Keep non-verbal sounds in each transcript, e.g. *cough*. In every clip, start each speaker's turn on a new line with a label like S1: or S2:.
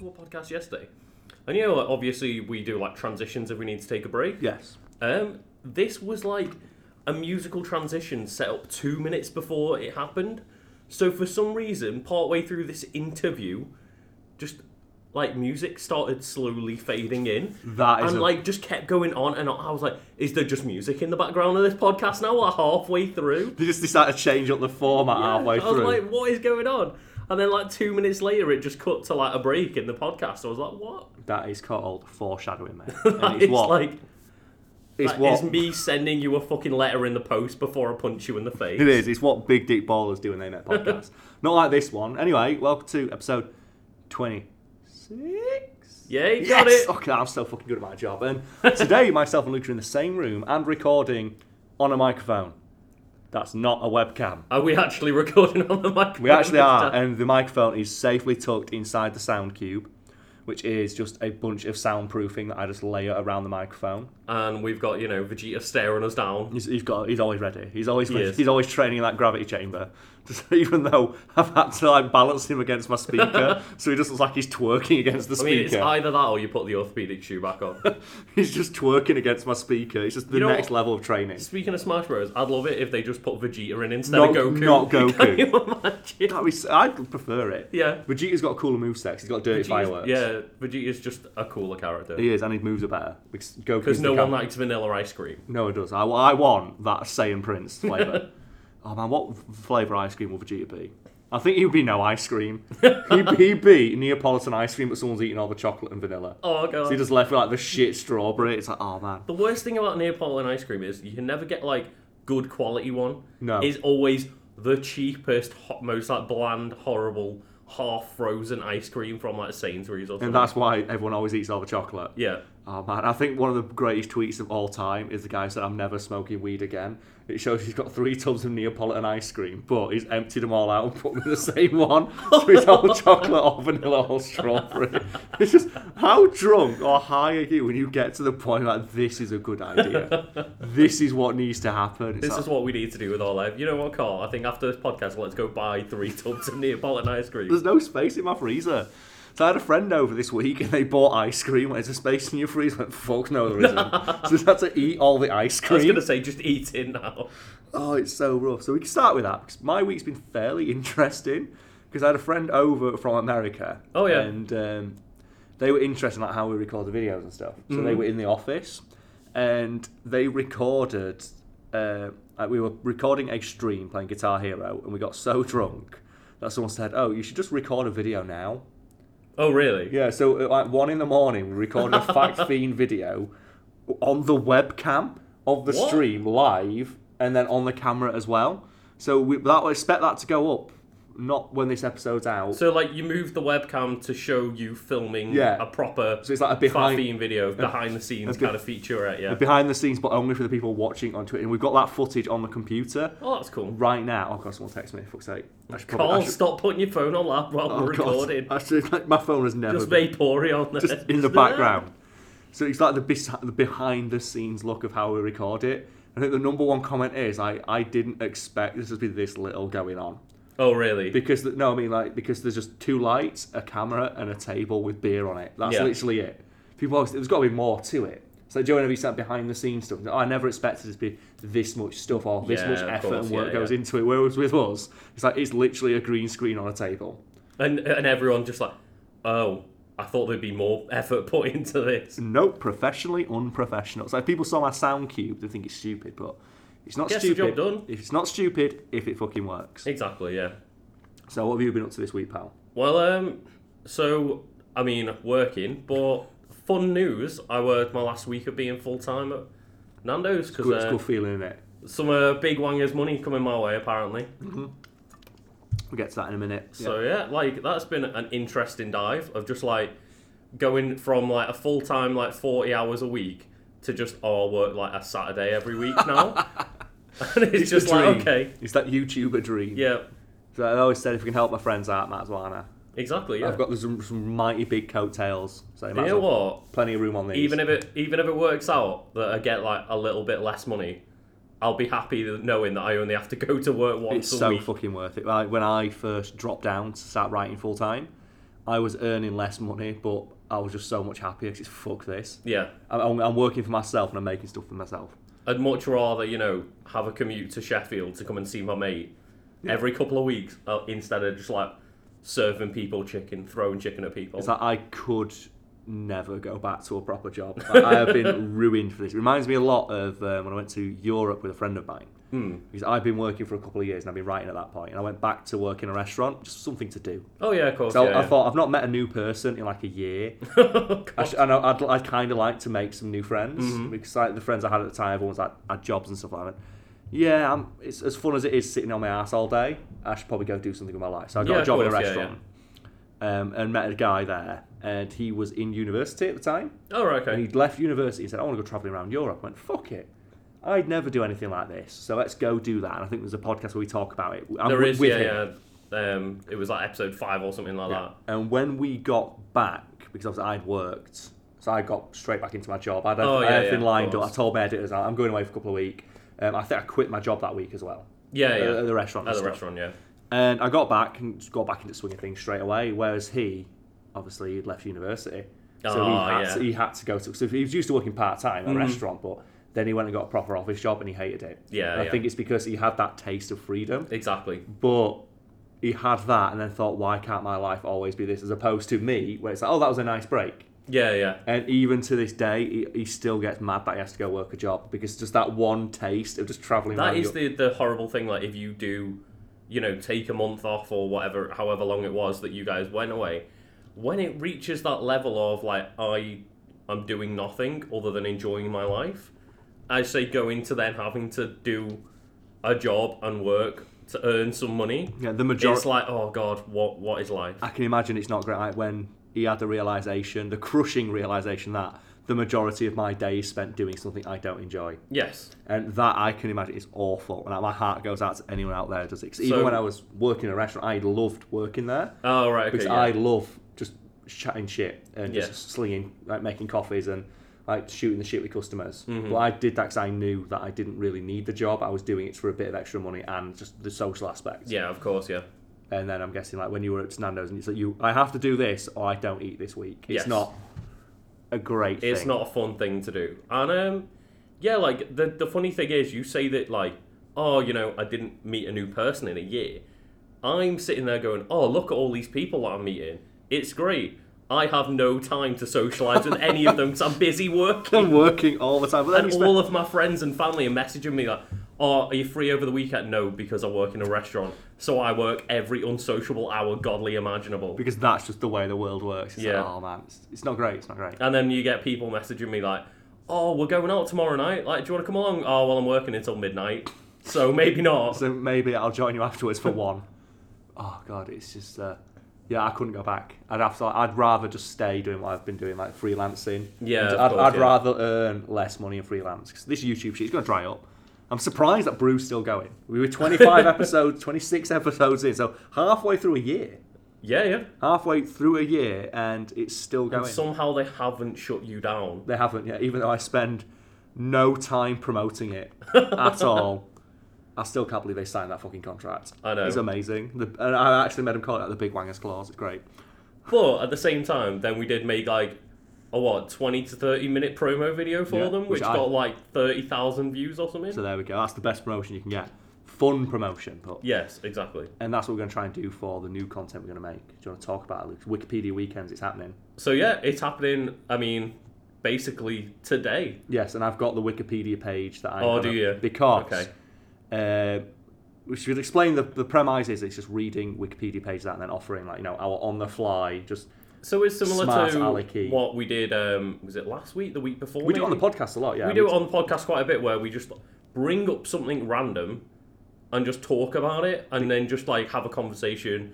S1: Oh, podcast yesterday, and you know, like, obviously we do like transitions if we need to take a break.
S2: Yes.
S1: Um, this was like a musical transition set up two minutes before it happened. So for some reason, partway through this interview, just like music started slowly fading in.
S2: That is
S1: and
S2: a-
S1: like just kept going on and on. I was like, is there just music in the background of this podcast now? We're halfway through.
S2: They just decided to change up the format halfway
S1: I was
S2: through.
S1: like, what is going on? And then like two minutes later, it just cut to like a break in the podcast. I was like, what?
S2: that is called
S1: *laughs*
S2: foreshadowing, mate.
S1: That
S2: And it's
S1: is,
S2: what
S1: like
S2: it's
S1: that
S2: what
S1: is me sending you a fucking letter in the post before I punch you in the face.
S2: It is. It's what big dick ballers do
S1: *laughs*
S2: when they make podcasts. Not like this one. Anyway, welcome to episode twenty-six.
S1: Yeah, you got it.
S2: Okay, I'm so fucking good at my job.
S1: *laughs*
S2: And today, myself and Luke are in the same room and recording on a microphone. That's not a webcam.
S1: Are we actually recording on the microphone?
S2: We actually
S1: this
S2: are,
S1: time?
S2: and the microphone is safely tucked inside the sound cube, which is just a bunch of soundproofing that I just layer around the microphone.
S1: And we've got, you know, Vegeta staring us down.
S2: He's, he's got. He's always ready. He's always.
S1: He is.
S2: he's always training that gravity chamber. *laughs* Just, even though I've had to like balance him against
S1: *laughs*
S2: my speaker, so he just looks like he's twerking against the
S1: I
S2: speaker.
S1: mean, it's either that or you put the orthopedic shoe back on.
S2: *laughs* he's just twerking against my speaker. It's just the
S1: You know
S2: next
S1: what?
S2: level of training.
S1: Speaking of Smash Bros, I'd love it if they just put Vegeta in instead of
S2: Not-
S1: Goku.
S2: not
S1: *laughs*
S2: Goku.
S1: Can you imagine?
S2: That was, I'd prefer it.
S1: Yeah.
S2: Vegeta's got a cooler moveset. He's got dirty
S1: Vegeta's-
S2: fireworks.
S1: Yeah, Vegeta's just a cooler character.
S2: He is, and his moves are better. Because
S1: Because no one likes vanilla ice cream.
S2: No, it does. I, I want that Saiyan Prince flavour. oh man, what flavour ice cream will Vegeta be? I think he'd be no ice cream. he'd, he'd be Neapolitan ice cream, but someone's eating all the chocolate and vanilla.
S1: Oh,
S2: So he
S1: God.
S2: just left with like the shit strawberry. It's like, oh man.
S1: The worst thing about Neapolitan ice cream is you can never get, like, good quality one.
S2: No.
S1: It's always the cheapest, hot, most, like, bland, horrible, half-frozen ice cream from, like, Sainsbury's or something.
S2: And that's why everyone always eats all the chocolate.
S1: Yeah.
S2: Oh man, I think one of the greatest tweets of all time is the guy who said, I'm never smoking weed again. It shows he's got three tubs of Neapolitan ice cream, but he's emptied them all out and put them in the same one. So it's
S1: *laughs*
S2: all chocolate, all vanilla, all strawberry. It's just, how drunk or high are you when you get to the point like, this is a good idea? this is what needs to happen. It's
S1: This
S2: like-
S1: is what we need to do with our life. You know what, Carl? I think after this podcast, let's go buy three *laughs* tubs of Neapolitan ice cream.
S2: There's no space in my freezer. So I had a friend over this week and they bought ice cream. There's a space in your freezer. I went, fuck no,
S1: *laughs*
S2: there isn't. so we had to eat all the ice
S1: I was
S2: cream.
S1: going to say, just eat it now.
S2: Oh, it's so rough. So we can start with that because my week's been fairly *laughs* interesting because I had a friend over from America.
S1: Oh, yeah.
S2: and um, they were interested in like, how we record the videos and stuff. So they
S1: Mm.
S2: were in the office and they recorded. Uh, like, we were recording a stream playing Guitar Hero, and we got so *laughs* drunk that someone said, "Oh, you should just record a video now."
S1: Oh, really?
S2: Yeah, so at like one in the morning, we recorded
S1: *laughs*
S2: a fact fiend video on the webcam of the
S1: What?
S2: stream live, and then on the camera as well. So we that we expect that to go up, not when this episode's out. So,
S1: So, like, you move the webcam to show you filming
S2: Yeah.
S1: a proper
S2: it's like a behind
S1: Fafine video, behind the scenes
S2: good.
S1: kind of featurette, yeah.
S2: behind the scenes, but only for the people watching on Twitter. And we've got that footage on the computer
S1: Oh, that's cool.
S2: right now. Oh god, someone text me. Fuck's sake. I should
S1: Carl,
S2: I should-
S1: stop putting your phone on lap while
S2: oh,
S1: we're
S2: God.
S1: recording.
S2: I should- like, my phone has never
S1: Just
S2: been.
S1: Vaporeon on there.
S2: just in the background. So it's like the, bes- the behind the scenes look of how we record it. I think the number one comment is I, I didn't expect this to be this little going on
S1: *laughs* Oh, really?
S2: because th- no I mean like because there's just two lights, a camera, and a table with beer on it. That's
S1: Yeah.
S2: literally it. People always, there's got to be more to it. So Joe and I sat behind the scenes stuff. I never expected it to be this much stuff or this
S1: Yeah,
S2: much
S1: of
S2: effort
S1: course,
S2: and work
S1: yeah,
S2: goes
S1: yeah.
S2: into it. Whereas with us, it's like it's literally a green screen on a table.
S1: And, and everyone just like, oh, I thought there'd be more *laughs* effort put into this.
S2: Nope, professionally unprofessional. So if people saw my sound cube, they think it's stupid, but it's not
S1: Gets the
S2: stupid.
S1: job done.
S2: If it's not stupid, if it fucking works.
S1: Exactly, yeah.
S2: So what have you been up to this week, pal?
S1: Well, um, so I mean, working, but fun news. I worked my last week of being full time at Nando's
S2: Good, it's
S1: because
S2: a good feeling, innit?
S1: some uh, big wangers money coming my way apparently.
S2: We'll get to that in a minute.
S1: So yeah, like that's been an interesting dive of just like going from like a full time like forty hours a week to just oh I work like a Saturday every week
S2: *laughs*
S1: now, and it's,
S2: the
S1: just like
S2: dream.
S1: okay,
S2: It's that YouTuber dream.
S1: yeah,
S2: So I always said if we can help my friends out, might as well, Anna.
S1: exactly, yeah.
S2: I've got some, some mighty big coattails. So might
S1: you
S2: as
S1: know
S2: well.
S1: what?
S2: Plenty of room on these.
S1: even if it even if it works out that I get like a little bit less money, I'll be happy that- knowing that I only have to go to work once
S2: it's
S1: a
S2: so
S1: week.
S2: fucking worth it. Like when I first dropped down to start writing full time, I was earning less money, but I was just so much happier because it's fuck this.
S1: Yeah.
S2: I'm- I'm, I'm working for myself and I'm making stuff for myself.
S1: I'd much rather, you know, have a commute to Sheffield to come and see my mate every couple of weeks uh, instead of just like serving people chicken, throwing chicken at people.
S2: It's like I could never go back to a proper job. Like, I have been ruined for this. It reminds me a lot of um, when I went to Europe with a friend of mine. Because I've been working for a couple of years and I've been writing at that point, and I went back to work in a restaurant, just something to do.
S1: oh, yeah, of course.
S2: So
S1: yeah,
S2: I
S1: yeah.
S2: thought I've not met a new person in like a year.
S1: *laughs*
S2: I sh- and I, I'd, I'd kind of like to make some new friends
S1: Mm-hmm.
S2: because like the friends I had at the time, everyone was like had jobs and stuff like that. Yeah, I'm, it's as fun as it is sitting on my ass all day. I should probably go do something with my life. So I got
S1: Yeah,
S2: a
S1: of
S2: job in a
S1: course, yeah, yeah.
S2: restaurant Um, and met a guy there, and he was in university at the time.
S1: Oh, right,
S2: And
S1: okay.
S2: he'd left university and said, I want to go travelling around Europe. I went, fuck it. I'd never do anything like this. So let's go do that. And I think there's a podcast where we talk about it. I'm
S1: There
S2: with-
S1: is,
S2: with
S1: yeah,
S2: him.
S1: yeah. Um, it was like episode five or something like that.
S2: And when we got back, because obviously I'd worked, so I got straight back into my job. I'd
S1: Oh,
S2: I
S1: yeah,
S2: had everything
S1: yeah,
S2: lined
S1: of
S2: up. I
S1: course.
S2: told my editors, I'm going away for a couple of weeks. Um, I think I quit my job that week as well.
S1: Yeah,
S2: at-
S1: yeah.
S2: At the restaurant. and
S1: At the
S2: stuff.
S1: restaurant, yeah.
S2: And I got back and just got back into swinging things straight away. Whereas he, obviously, he'd left university, so he,
S1: Ah,
S2: had
S1: yeah.
S2: to, he had to go to. So he was used to working part time at a restaurant, but then he went and got a proper office job, and he hated it.
S1: Yeah,
S2: And I
S1: yeah.
S2: think it's because he had that taste of freedom
S1: Exactly.
S2: but he had that and then thought, why can't my life always be this? As opposed to me, where it's like, oh, that was a nice break.
S1: Yeah, yeah.
S2: And even to this day, he, he still gets mad that he has to go work a job because just that one taste of just traveling.
S1: That
S2: around
S1: is
S2: Europe-
S1: the, the horrible thing. Like, if you do, you know, take a month off or whatever, however long it was that you guys went away, when it reaches that level of, like, I, I'm doing nothing other than enjoying my life, I say go into then having to do a job and work to earn some money.
S2: yeah, the majority.
S1: It's like, oh, God, what what is life?
S2: I can imagine it's not great like, when he had the realization, the crushing realization that the majority of my day is spent doing something I don't enjoy.
S1: Yes.
S2: And that I can imagine is awful. And my heart goes out to anyone out there who does it. 'Cause even
S1: So-
S2: when I was working in a restaurant, I loved working there.
S1: Oh, right, okay.
S2: because
S1: yeah.
S2: I love just chatting shit and
S1: Yeah.
S2: just slinging, like making coffees and like shooting the shit with customers.
S1: Mm-hmm.
S2: But I did that because I knew that I didn't really need the job. I was doing it for a bit of extra money and just the social aspect.
S1: Yeah, of course, yeah.
S2: And then I'm guessing like when you were at Nando's and it's like you, I have to do this or I don't eat this week. It's
S1: Yes.
S2: not a great.
S1: It's
S2: thing.
S1: not a fun thing to do. And um yeah, like the the funny thing is you say that like, oh, you know, I didn't meet a new person in a year. I'm sitting there going, Oh, look at all these people that I'm meeting. It's great. I have no time to socialise with any of them because I'm busy
S2: *laughs*
S1: working.
S2: *laughs* I'm working all the time, but then you
S1: And
S2: spend-
S1: all of my friends and family are messaging me like, Oh, are you free over the weekend? No, because I work in a restaurant. So I work every unsociable hour godly imaginable.
S2: because that's just the way the world works. It's
S1: Yeah.
S2: like, oh man, it's, it's not great. It's not great.
S1: And then you get people messaging me like, "Oh, we're going out tomorrow night. Like, do you want to come along?" Oh, well, I'm working until midnight, so *laughs* maybe not.
S2: So maybe I'll join you afterwards
S1: *laughs*
S2: for one. Oh god, it's just uh, yeah, I couldn't go back. I'd have to. I'd rather just stay doing what I've been doing, like freelancing.
S1: Yeah,
S2: And
S1: of
S2: I'd,
S1: course,
S2: I'd
S1: yeah.
S2: rather earn less money in freelance 'cause this YouTube shit is going to dry up. I'm surprised that Brew's still going. We
S1: *laughs*
S2: were 25 episodes, 26 episodes in, so halfway through a year,
S1: Yeah, yeah.
S2: halfway through a year, and it's still
S1: And
S2: going.
S1: somehow they haven't shut you down.
S2: They haven't yet, even though I spend no time promoting
S1: *laughs*
S2: it at all. I still can't believe they signed that fucking contract.
S1: I know.
S2: It's amazing. The, and I actually made them call it like the Big Wangers Clause. It's great.
S1: But at the same time, then we did make like a what twenty to thirty minute promo video for
S2: Yeah,
S1: them,
S2: which
S1: which,
S2: I-
S1: got like thirty thousand views or something.
S2: So there we go. That's the best promotion you can get. Fun promotion, but
S1: yes, exactly.
S2: and that's what we're going to try and do for the new content we're going to make. Do you want to talk about it, Luke? Wikipedia weekends? It's happening.
S1: So yeah, it's happening. I mean, basically today.
S2: Yes, and I've got the Wikipedia page that I.
S1: Oh,
S2: have
S1: do
S2: up
S1: you?
S2: Because, uh, we should explain the the premise is it's just reading Wikipedia page that and then offering like you know our on the fly just
S1: So it's similar
S2: Smart
S1: to
S2: alecky.
S1: what we did. Um, was it last week? The week before?
S2: We do it on the
S1: maybe?
S2: podcast a lot, yeah.
S1: we do it on the podcast quite a bit where we just bring up something random and just talk about it and then just like have a conversation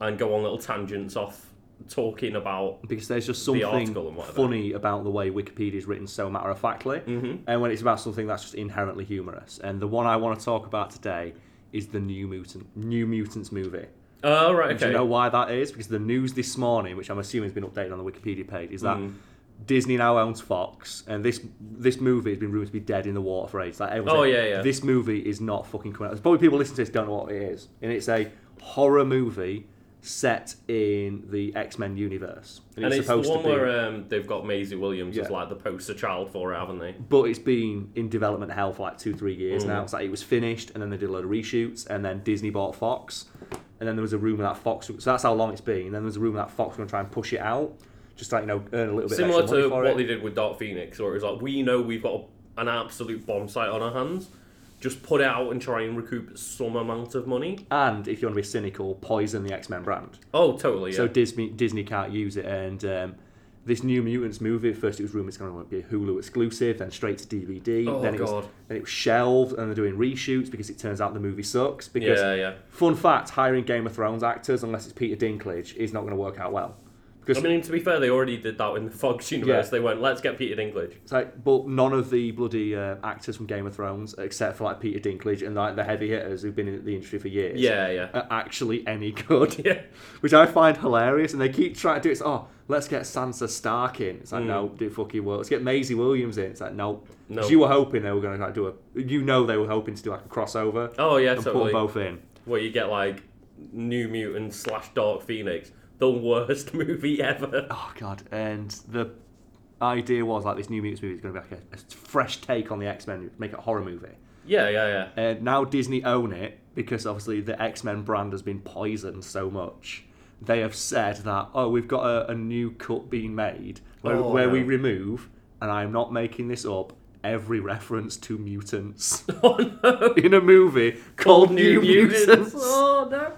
S1: and go on little tangents off talking about
S2: because there's just
S1: article
S2: something
S1: and whatever. Mm-hmm.
S2: funny about the way Wikipedia is written so matter of factly, and when it's about something that's just inherently humorous. And the one I want to talk about today is the New Mutant New Mutants movie.
S1: oh right
S2: Do
S1: okay
S2: you know why that is? Because the news this morning, which I'm assuming has been updated on the Wikipedia page, is
S1: Hmm.
S2: that Disney now owns Fox, and this this movie has been rumored to be dead in the water for ages. Like everyone's
S1: Oh,
S2: like,
S1: yeah, yeah.
S2: This movie is not fucking coming out. There's probably people listening to this don't know what it is, and it's a horror movie set in the X Men universe, and,
S1: and
S2: it's,
S1: it's the
S2: supposed
S1: one
S2: to be.
S1: where um, they've got Maisie Williams as
S2: Yeah.
S1: like the poster child for it, haven't they?
S2: but it's been in development hell for like two, three years
S1: Mm.
S2: now. It's like it was finished, and then they did a load of reshoots, and then Disney bought Fox, and then there was a rumor that Fox. So that's how long it's been. And then there was a rumor that Fox was going to try and push it out, just like you know, earn a little bit.
S1: Similar
S2: of extra money
S1: to
S2: for
S1: what
S2: it.
S1: they did with Dark Phoenix, where it was like, we know we've got a, an absolute bomb site on our hands. Just put it out and try and recoup some amount of money.
S2: And if you want to be cynical, poison the X Men brand.
S1: Oh, totally. Yeah.
S2: So Disney Disney can't use it, and um, this New Mutants movie. At first, it was rumored it's going to be a Hulu exclusive, then straight to DVD.
S1: Oh,
S2: then it
S1: God.
S2: was then it was shelved, and they're doing reshoots because it turns out the movie sucks. Because
S1: yeah, yeah.
S2: fun fact, hiring Game of Thrones actors unless it's Peter Dinklage is not going to work out well. Because
S1: I mean, to be fair, they already did that in the *laughs* Fox universe.
S2: Yeah.
S1: They went, let's get Peter Dinklage.
S2: it's like, but none of the bloody uh, actors from Game of Thrones, except for like Peter Dinklage and like the heavy hitters who've been in the industry for years,
S1: Yeah, yeah. *laughs*
S2: are actually any good. *laughs*
S1: Yeah.
S2: which I find hilarious. And they keep trying to do it. It's, oh, let's get Sansa Stark in. It's like,
S1: Hmm.
S2: no, it fucking work. Let's get Maisie Williams in. It's like, nope.
S1: No.
S2: 'Cause You were hoping they were going to like do a. You know, they were hoping to do like a crossover
S1: Oh, yeah,
S2: and put them
S1: totally.
S2: both in.
S1: Where you get like New Mutant slash Dark Phoenix, the worst *laughs* movie ever.
S2: Oh god! And the idea was like this new Mutants movie is going to be like a, a fresh take on the X Men, make it a horror movie.
S1: Yeah, yeah, yeah.
S2: And now Disney own it because obviously the X Men brand has been poisoned so much. They have said that oh we've got a, a new cut being made where,
S1: Oh,
S2: where we
S1: no.
S2: remove, and I'm not making this up. Every reference to mutants
S1: *laughs* Oh, no.
S2: in a movie called, New, Mutants.
S1: Oh, no.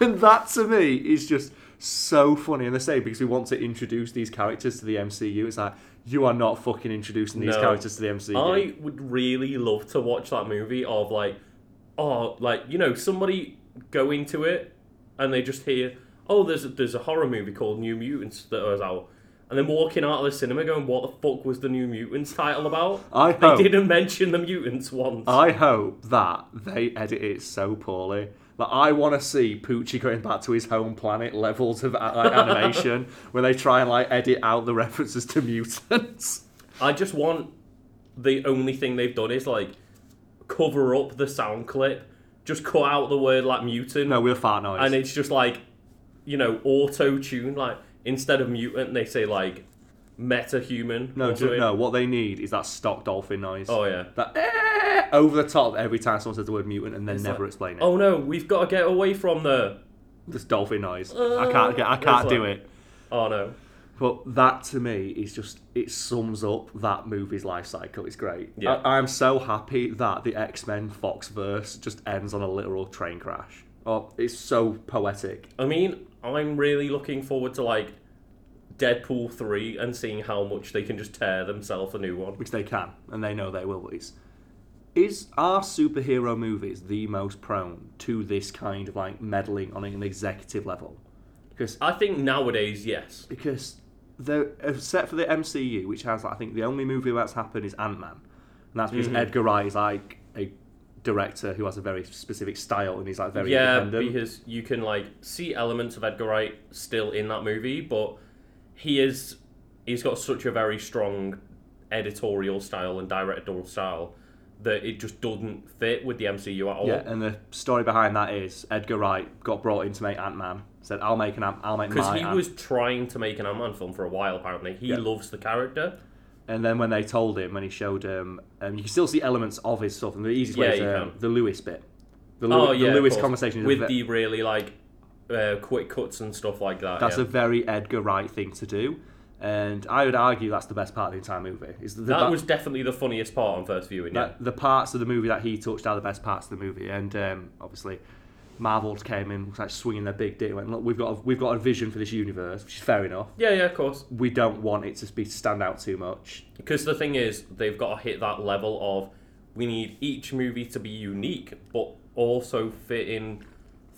S2: *laughs* And that to me is just so funny. And they say because we want to introduce these characters to the MCU, it's like you are not fucking introducing these
S1: No.
S2: characters to the MCU.
S1: I would really love to watch that movie of like, oh, like you know, somebody go into it and they just hear, oh, there's a, there's a horror movie called New Mutants that was out, and then walking out of the cinema going, what the fuck was the New Mutants title about?
S2: I,
S1: They
S2: hope
S1: didn't mention the mutants once.
S2: I hope that they edit it so poorly. Like I want to see Poochie going back to his home planet levels of uh,
S1: *laughs*
S2: like, animation where they try and like edit out the references to mutants. *laughs*
S1: I just want the only thing they've done is like cover up the sound clip, just cut out the word like mutant,
S2: No, we're fart noise.
S1: and it's just like you know auto tune like instead of mutant they say like meta human
S2: no,
S1: or
S2: ju-
S1: something.
S2: no. What they need is that stock dolphin noise.
S1: oh yeah
S2: That eh, over the top every time someone says the word mutant and then never
S1: like,
S2: explain it.
S1: oh no we've got to get away from the
S2: this dolphin noise. I can't get. I
S1: Uh, That's
S2: can't
S1: like-
S2: do it.
S1: oh no
S2: But that to me is just it sums up that movie's life cycle. It's great.
S1: Yeah.
S2: I, I'm so happy that the X Men Fox verse just ends on a literal train crash. Oh, it's so poetic.
S1: i mean i'm really looking forward to like deadpool 3 and seeing how much they can just tear themselves a new one
S2: which they can, and they know they will. Is is our superhero movies the most prone to this kind of like meddling on an executive level? Because
S1: i think nowadays yes
S2: because they're except for the MCU, which has like, I think the only movie where that's happened is Ant Man, and that's
S1: Mm-hmm.
S2: because Edgar Wright is like a director who has a very specific style and he's like very
S1: yeah
S2: independent.
S1: because you can like see elements of edgar wright still in that movie but he is he's got such a very strong editorial style and directorial style that it just doesn't fit with the mcu at all
S2: yeah, and the story behind that is Edgar Wright got brought in to make Ant Man. Said, "I'll make an Ant. I'll make
S1: because
S2: my
S1: he
S2: Ant-Man."
S1: was trying to make an ant-man film for a while apparently he
S2: Yeah.
S1: loves the character
S2: And then when they told him, when he showed him, um, you can still see elements of his stuff. And the easiest
S1: Yeah,
S2: way is
S1: you
S2: um,
S1: can.
S2: the Lewis bit. The, Lew-
S1: oh yeah
S2: the
S1: of
S2: Lewis
S1: course.
S2: conversation is a
S1: with
S2: ve-
S1: the really like uh, quick cuts and stuff like that
S2: that's
S1: yeah.
S2: a very Edgar Wright thing to do. And I would argue that's the best part of the entire movie. Is the,
S1: that
S2: ba-
S1: was definitely the funniest part on first viewing yeah
S2: that- the parts of the movie that he touched are the best parts of the movie. And um, obviously, Marvel came in, was like swinging their big dick, and went, "Look, we've got a, we've got a vision for this universe, which is fair enough.
S1: yeah yeah of course
S2: We don't want it to be stand out too much.
S1: Because the thing is, they've got to hit that level of we need each movie to be unique, but also fit in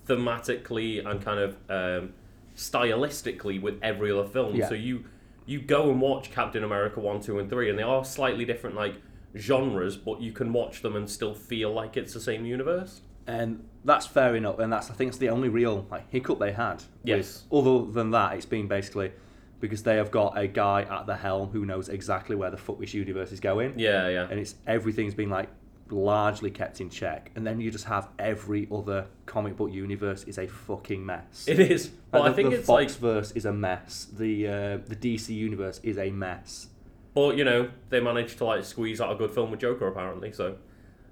S1: thematically and kind of um, stylistically with every other film.
S2: Yeah.
S1: So you you go and watch Captain America one, two, and three, and they are slightly different like genres, but you can watch them and still feel like it's the same universe.
S2: and that's fair enough. And that's I think it's the only real like hiccup they had.
S1: Yes.
S2: With- other than that, it's been basically because they have got a guy at the helm who knows exactly where the fuck this universe is going,
S1: Yeah, yeah,
S2: and it's everything's been like largely kept in check, and then you just have every other comic book universe is a fucking mess.
S1: It is. But
S2: Like,
S1: I think
S2: the
S1: it's like,
S2: Fox verse is a mess. The uh, the DC universe is a mess.
S1: but you know, they managed to like squeeze out a good film with Joker apparently. So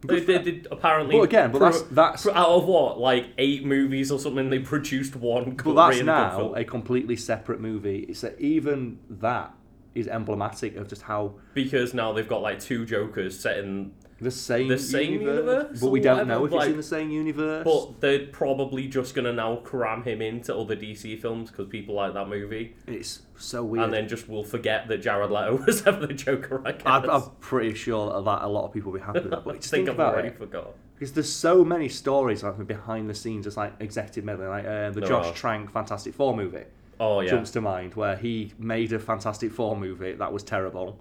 S1: they,
S2: Good for
S1: they did apparently.
S2: But again, but
S1: pro-
S2: that's that's
S1: pro- out of what like eight movies or something, they produced one.
S2: but
S1: good-
S2: that's
S1: really good
S2: now
S1: film.
S2: a completely separate movie. It's that even that is emblematic of just how
S1: because now they've got like two Jokers set in,
S2: the same
S1: The same universe
S2: but
S1: or
S2: we don't
S1: whatever,
S2: know if
S1: like-
S2: it's in the same universe.
S1: but they're probably just gonna now cram him into other DC films because people like that movie,
S2: it's so weird.
S1: and then just will forget that Jared Leto *laughs* was ever the Joker. I guess.
S2: I, I'm pretty sure that a lot of people will be happy with that.
S1: *laughs*
S2: But just think,
S1: think I've
S2: about
S1: already
S2: it.
S1: forgot.
S2: Because there's so many stories like behind the scenes, just like executive meddling, like uh, the
S1: There
S2: Josh
S1: are.
S2: Trank Fantastic Four movie
S1: Oh yeah,
S2: jumps to mind, where he made a Fantastic Four movie that was terrible,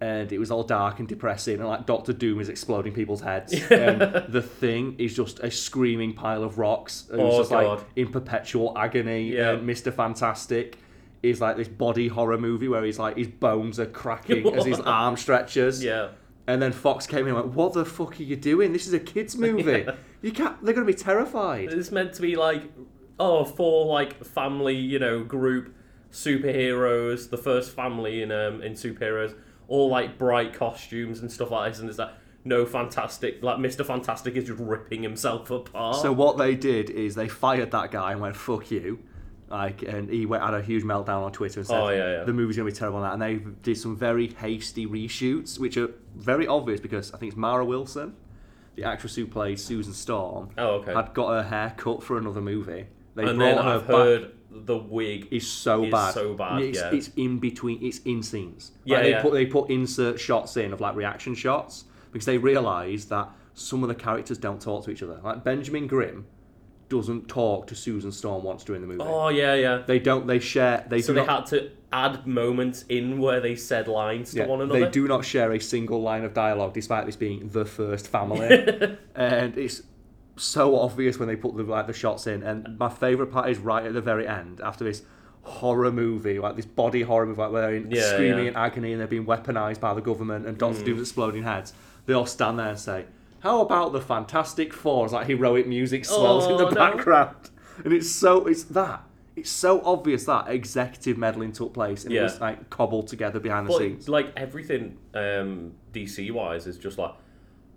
S2: and it was all dark and depressing, and like Doctor Doom is exploding
S1: *laughs*
S2: people's heads, and the Thing is just a screaming pile of rocks, and it's
S1: Oh,
S2: just
S1: God.
S2: like in perpetual agony.
S1: Yeah.
S2: And Mister Fantastic is like this body horror movie where he's like his bones are
S1: *laughs*
S2: cracking as his arm stretches.
S1: yeah.
S2: And then Fox came in and went, "What the fuck are you doing? This is a
S1: *laughs*
S2: kids' movie. You can't. They're going to be terrified."
S1: It's meant to be like, oh, for like family, you know, group superheroes, the first family in um in superheroes, all like bright costumes and stuff like this, and it's like no fantastic, like Mister Fantastic is just ripping himself apart.
S2: So what they did is they fired that guy and went, "Fuck you." Like, and he went had a huge meltdown on Twitter and said,
S1: Oh, yeah, yeah.
S2: "The movie's going to be terrible." And that, and they did some very hasty reshoots, which are very obvious because I think it's Mara Wilson, the actress who played Susan Storm,
S1: oh okay,
S2: had got her hair cut for another movie. uh, They
S1: and
S2: brought
S1: then
S2: her
S1: I've
S2: back.
S1: heard the wig.
S2: is so
S1: Is
S2: bad.
S1: so bad,
S2: It's,
S1: yeah.
S2: it's in between. It's in scenes. Like,
S1: Yeah,
S2: they
S1: yeah.
S2: put they put insert shots in of like reaction shots because they realise that some of the characters don't talk to each other. Like Benjamin Grimm doesn't talk to Susan Storm once during the movie.
S1: Oh yeah, yeah.
S2: They don't. They share. They
S1: So
S2: do
S1: they had
S2: not.
S1: to add moments in where they said lines to
S2: yeah,
S1: one another.
S2: they do not share a single line of dialogue, despite this being the first
S1: *laughs*
S2: family, and it's so obvious when they put the like the shots in. And my favorite part is right at the very end, after this horror movie, like this body horror movie, like where they're in
S1: Yeah,
S2: screaming
S1: yeah. Hmm.
S2: in agony and they're being weaponized by the government and Doctor Doom's exploding heads. They all stand there and say, "How about the Fantastic Four? It's like heroic music swells in
S1: Oh,
S2: the
S1: no.
S2: background, and it's so it's that. It's so obvious that executive meddling took place and
S1: Yeah.
S2: it was like cobbled together behind the
S1: But
S2: scenes.
S1: like everything um, DC wise is just like,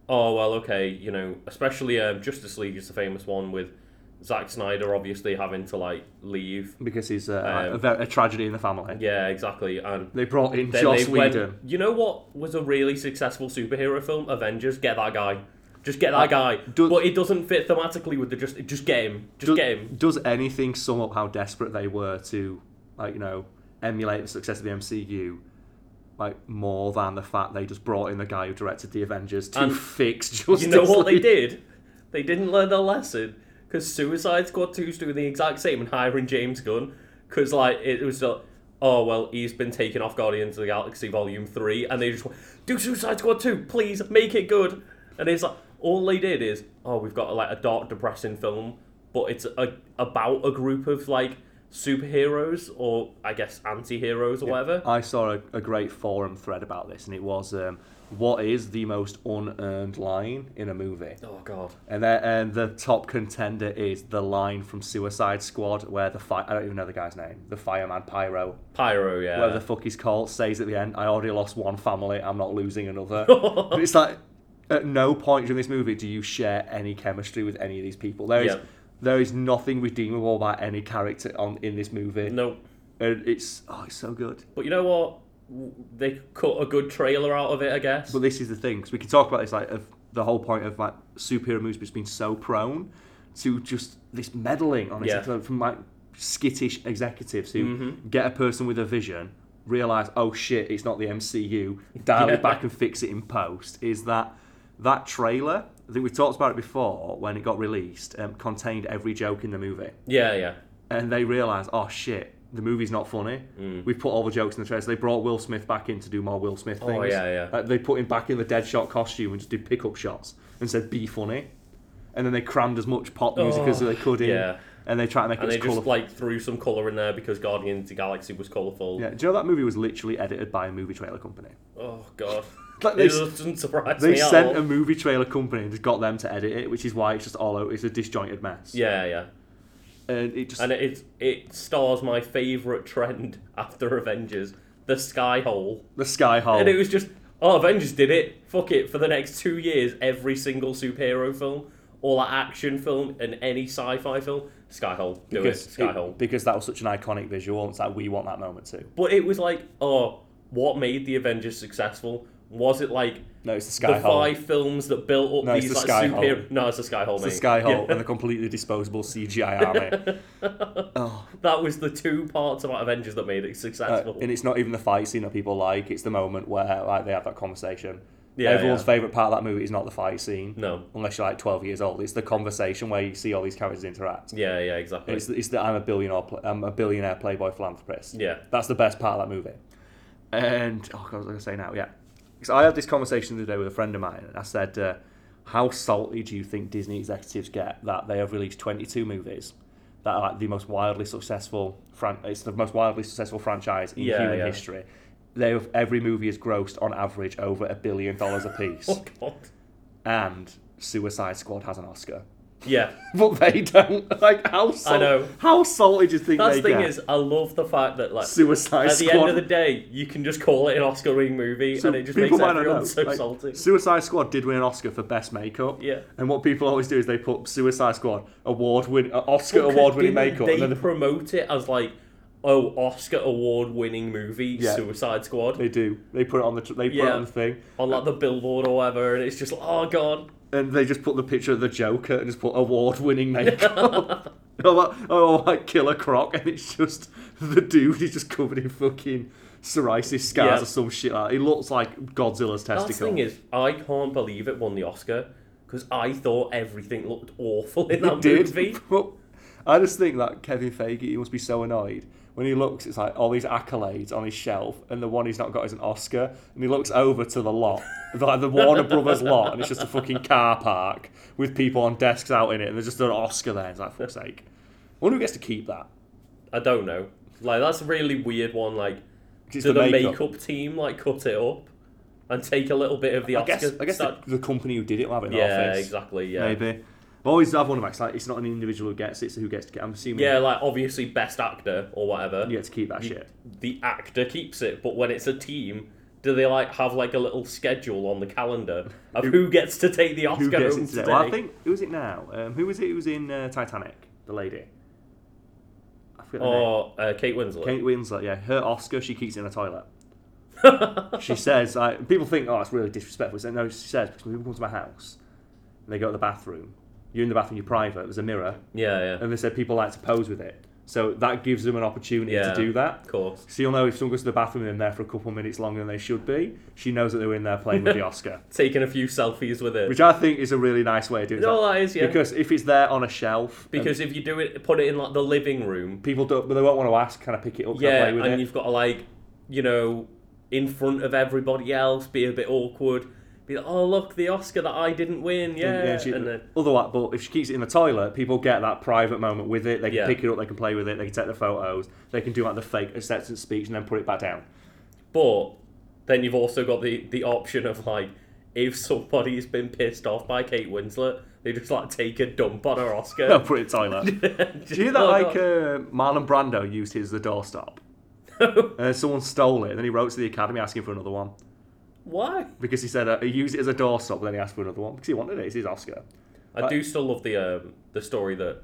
S1: oh well, okay, you know, especially um, Justice League is the famous one with Zack Snyder obviously having to like leave.
S2: because he's uh,
S1: Um,
S2: a, ver- a tragedy in the family.
S1: Yeah, exactly. And
S2: They brought in
S1: then
S2: Joss
S1: they went,
S2: Whedon.
S1: you know what was a really successful superhero film? Avengers. Get that guy. Just get that guy.
S2: do-
S1: but it doesn't fit thematically with the just. Just get him. Just
S2: Does,
S1: get him.
S2: does anything sum up how desperate they were to, like you know, emulate the success of the MCU, like more than the fact they just brought in the guy who directed the Avengers to
S1: And
S2: fix *laughs* Justice
S1: You know what they
S2: League.
S1: did? They didn't learn their lesson because Suicide Squad 2's doing the exact same and hiring James Gunn because, like, it was like, oh, well, he's been taken off Guardians of the Galaxy Volume 3 and they just went, do Suicide Squad 2, please, make it good. And it's like, all they did is, oh, we've got, like, a dark, depressing film, but it's a, about a group of, like, superheroes or, I guess, anti heroes or whatever.
S2: I saw a, a great forum thread about this, and it was, um, "What is the most unearned line in a movie?"
S1: Oh, God.
S2: And then, and the top contender is the line from Suicide Squad where the fi- I don't even know the guy's name, the fireman Pyro,
S1: Pyro, yeah.
S2: whatever the fuck he's called, says at the end, "I already lost one family, I'm not losing
S1: *laughs*
S2: another." and it's like, at no point during this movie do you share any chemistry with any of these people. There is
S1: Yeah.
S2: there is nothing redeemable about any character on in this movie,
S1: no.
S2: and it's oh, it's so good.
S1: But you know what? W- They cut a good trailer out of it, I guess.
S2: But this is the thing, 'cause we can talk about this like of the whole point of like superhero movies just being so prone to just this meddling on it
S1: Yeah. Mm-hmm.
S2: so from like skittish executives who get a person with a vision, realize oh shit, it's not the
S1: *laughs*
S2: MCU, dial
S1: Yeah.
S2: it back and fix it in post. Is that that trailer? I think we talked about it before when it got released. Um, contained every joke in the movie
S1: yeah, yeah.
S2: and they realise, oh shit, the movie's not funny.
S1: Mm.
S2: We've put all the jokes in the trailer. So they brought Will Smith back in to do more Will Smith things.
S1: Oh, yeah, yeah.
S2: Like, they put him back in the Deadshot costume and just did pickup shots and said, be funny. And then they crammed as much pop music as
S1: Oh,
S2: they could in.
S1: yeah.
S2: And they tried to make
S1: And
S2: it
S1: they
S2: as colourful.
S1: just like threw some color in there because Guardians of the Galaxy was colorful.
S2: *laughs* yeah. Do you know that movie was literally edited by a movie trailer company?
S1: Oh god.
S2: Like
S1: It
S2: they,
S1: doesn't surprise
S2: they
S1: me at
S2: sent
S1: all.
S2: a movie trailer company and just got them to edit it, which is why it's just all out. It's a disjointed mess.
S1: Yeah, yeah.
S2: And it just
S1: And it, it, it stars my favourite trend *laughs* after Avengers, the sky hole.
S2: the sky hole.
S1: And it was just, oh, Avengers did it. Fuck it. For the next two years, every single superhero film, all that action film, and any sci fi film, Skyhole. Do it. Skyhole.
S2: because that was such an iconic visual. It's like we want that moment too.
S1: But it was like, oh, what made the Avengers successful? Was it like
S2: No, it's the sky
S1: the
S2: hole.
S1: five films that built up
S2: No, it's
S1: these
S2: the
S1: like
S2: sky hole.
S1: superhero? No, it's the Skyhole,
S2: It's
S1: mate.
S2: the sky hole
S1: Yeah.
S2: and the completely disposable CGI
S1: *laughs*
S2: army. Uh, oh,
S1: That was the two parts about Avengers that made it successful.
S2: and it's not even the fight scene that people like. It's the moment where like they have that conversation.
S1: Yeah,
S2: Everyone's
S1: yeah.
S2: favorite part of that movie is not the fight scene.
S1: No.
S2: Unless you're like 12 years old, it's the conversation where you see all these characters interact.
S1: Yeah, yeah, exactly.
S2: It's, it's that I'm a billionaire. pl- I'm a billionaire playboy philanthropist.
S1: Yeah.
S2: that's the best part of that movie. And oh god, what was I gonna say now? Yeah, because I had this conversation the other day with a friend of mine, and I said, uh, "How salty do you think Disney executives get that they have released 22 movies that are like the most wildly successful? Fran- it's the most wildly successful franchise in
S1: Yeah,
S2: human
S1: yeah.
S2: history. They have, every movie is grossed on average over a billion dollars apiece,
S1: *laughs* Oh, God.
S2: and Suicide Squad has an Oscar." *laughs*
S1: Yeah.
S2: But they don't. Like how sal-
S1: I know.
S2: how salty do you think
S1: That's
S2: they
S1: the thing
S2: get?
S1: is, I love the fact that like
S2: Suicide
S1: at the
S2: Squad.
S1: end of the day, you can just call it an Oscar-winning movie, and it just makes
S2: people might not
S1: everyone
S2: know,
S1: so
S2: like,
S1: salty.
S2: Suicide Squad did win an Oscar for best makeup.
S1: Yeah.
S2: And what people always do is they put Suicide Squad award win uh, Oscar
S1: Because
S2: award winning
S1: didn't
S2: makeup.
S1: They
S2: and then they,
S1: promote it as like, oh, Oscar award-winning movie,
S2: Yeah.
S1: Suicide Squad,
S2: they do. They put it on the tr- they put it
S1: Yeah.
S2: on the thing,
S1: on like the billboard or whatever, and it's just like, oh god,
S2: and they just put the picture of the Joker and just put award
S1: *laughs*
S2: winning makeup. *laughs* oh, like, oh, like Killer Croc, and it's just the dude is just covered in fucking psoriasis scars
S1: Yeah.
S2: or some shit. Like that. He looks like Godzilla's testicle.
S1: That's the thing is, I can't believe it won the Oscar because I thought everything looked awful in
S2: It
S1: that
S2: *laughs*
S1: movie.
S2: But I just think that Kevin Feige, he must be so annoyed. When he looks, it's like all these accolades on his shelf, and the one he's not got is an Oscar. And he looks over to the lot, *laughs* like the Warner Brothers lot, and it's just a fucking car park with people on desks out in it, and there's just an Oscar there. It's like, fuck's sake. I wonder who gets to keep that.
S1: I don't know. Like that's a really weird one. Like,
S2: Just
S1: do
S2: the
S1: the,
S2: makeup.
S1: makeup. team like cut it up and take a little bit of the
S2: I
S1: Oscar?
S2: guess, I guess the,
S1: stat-
S2: the company who did it will have it in their
S1: yeah,
S2: office.
S1: exactly. Yeah,
S2: Maybe. I always have one of my, it's like, it's not an individual who gets it, it's who gets to get I'm assuming
S1: yeah. Like obviously, best actor or whatever.
S2: you get to keep that shit.
S1: The actor keeps it, but when it's a team. Do they like have like a little schedule on the calendar of who, gets to take the Oscar
S2: who gets
S1: home
S2: it today?
S1: today?
S2: Well, I think who is it now? Um, who was it? Who was in uh, Titanic? The lady. I forget her name.
S1: or uh, Kate Winslet.
S2: Kate Winslet. Yeah, her Oscar. She keeps it in a toilet.
S1: *laughs*
S2: she says, like, people think, oh, it's really disrespectful. So, no, she says, because when people come to my house and they go to the bathroom, you're in the bathroom, you're private, there's a mirror,
S1: yeah, yeah,
S2: and they said people like to pose with it. So that gives them an opportunity
S1: Yeah.
S2: to do that.
S1: of course.
S2: So you'll know if someone goes to the bathroom and they're there for a couple of minutes longer than they should be, she knows that they were in there playing
S1: *laughs*
S2: with the Oscar.
S1: Taking a few selfies with it.
S2: Which I think is a really nice way of doing it.
S1: No, that is yeah.
S2: Because um, if it's there on a shelf, and
S1: Because if you do it, put it in like the living room.
S2: people don't, but they won't want to ask. Can I pick it up? Can I
S1: Yeah,
S2: play with
S1: and
S2: it?
S1: you've got to like, you know, in front of everybody else, be a bit awkward. Be like, oh look, the Oscar that I didn't win. Yeah,
S2: And-
S1: and,
S2: yeah, she-
S1: then
S2: otherwise, but if she keeps it in the toilet, people get that private moment with it. They can
S1: Yeah.
S2: pick it up, they can play with it, they can take the photos, they can do like the fake acceptance speech and then put it back down. *laughs*
S1: but then you've also got the the option of like, if somebody's been pissed off by Kate Winslet, they just like take a dump on her *laughs*
S2: They'll
S1: Oscar.
S2: put it in the toilet.
S1: Just,
S2: Do you know
S1: oh,
S2: that like
S1: God.
S2: uh, Marlon Brando used his as
S1: *laughs*
S2: the doorstop? Uh, someone stole it, and then he wrote to the academy asking for another one
S1: Why?
S2: because he said uh, he used it as a doorstop, but then he asked for another one because he wanted it. It's his Oscar.
S1: I do still love the um, the story that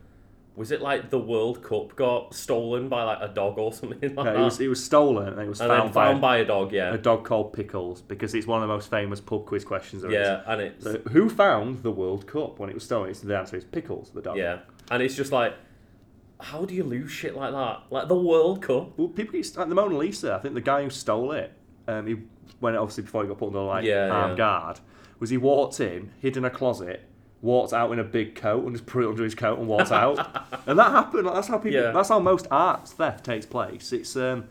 S1: was it like the World Cup got stolen by like a dog or *laughs* something like
S2: No,
S1: that,
S2: Uh, it was it was stolen, and it was
S1: Ah. and
S2: found,
S1: then
S2: by
S1: found by a dog. Yeah,
S2: a dog called Pickles because it's one of the most famous pub quiz questions there is.
S1: yeah, and it's
S2: So, who found the World Cup when it was stolen? It's, the answer is Pickles, the dog.
S1: yeah, and it's just like, how do you lose shit like that? Like the World Cup.
S2: Well, people get like the Mona Lisa. I think the guy who stole it, um, he went obviously before he got put under like
S1: Yeah,
S2: armed
S1: yeah.
S2: guard. Was he walked in, hid in a closet, walked out in a big coat and just put it under his coat and
S1: *laughs*
S2: walked out. And that happened. like, that's how people.
S1: Yeah.
S2: That's how most art theft takes place. It's um,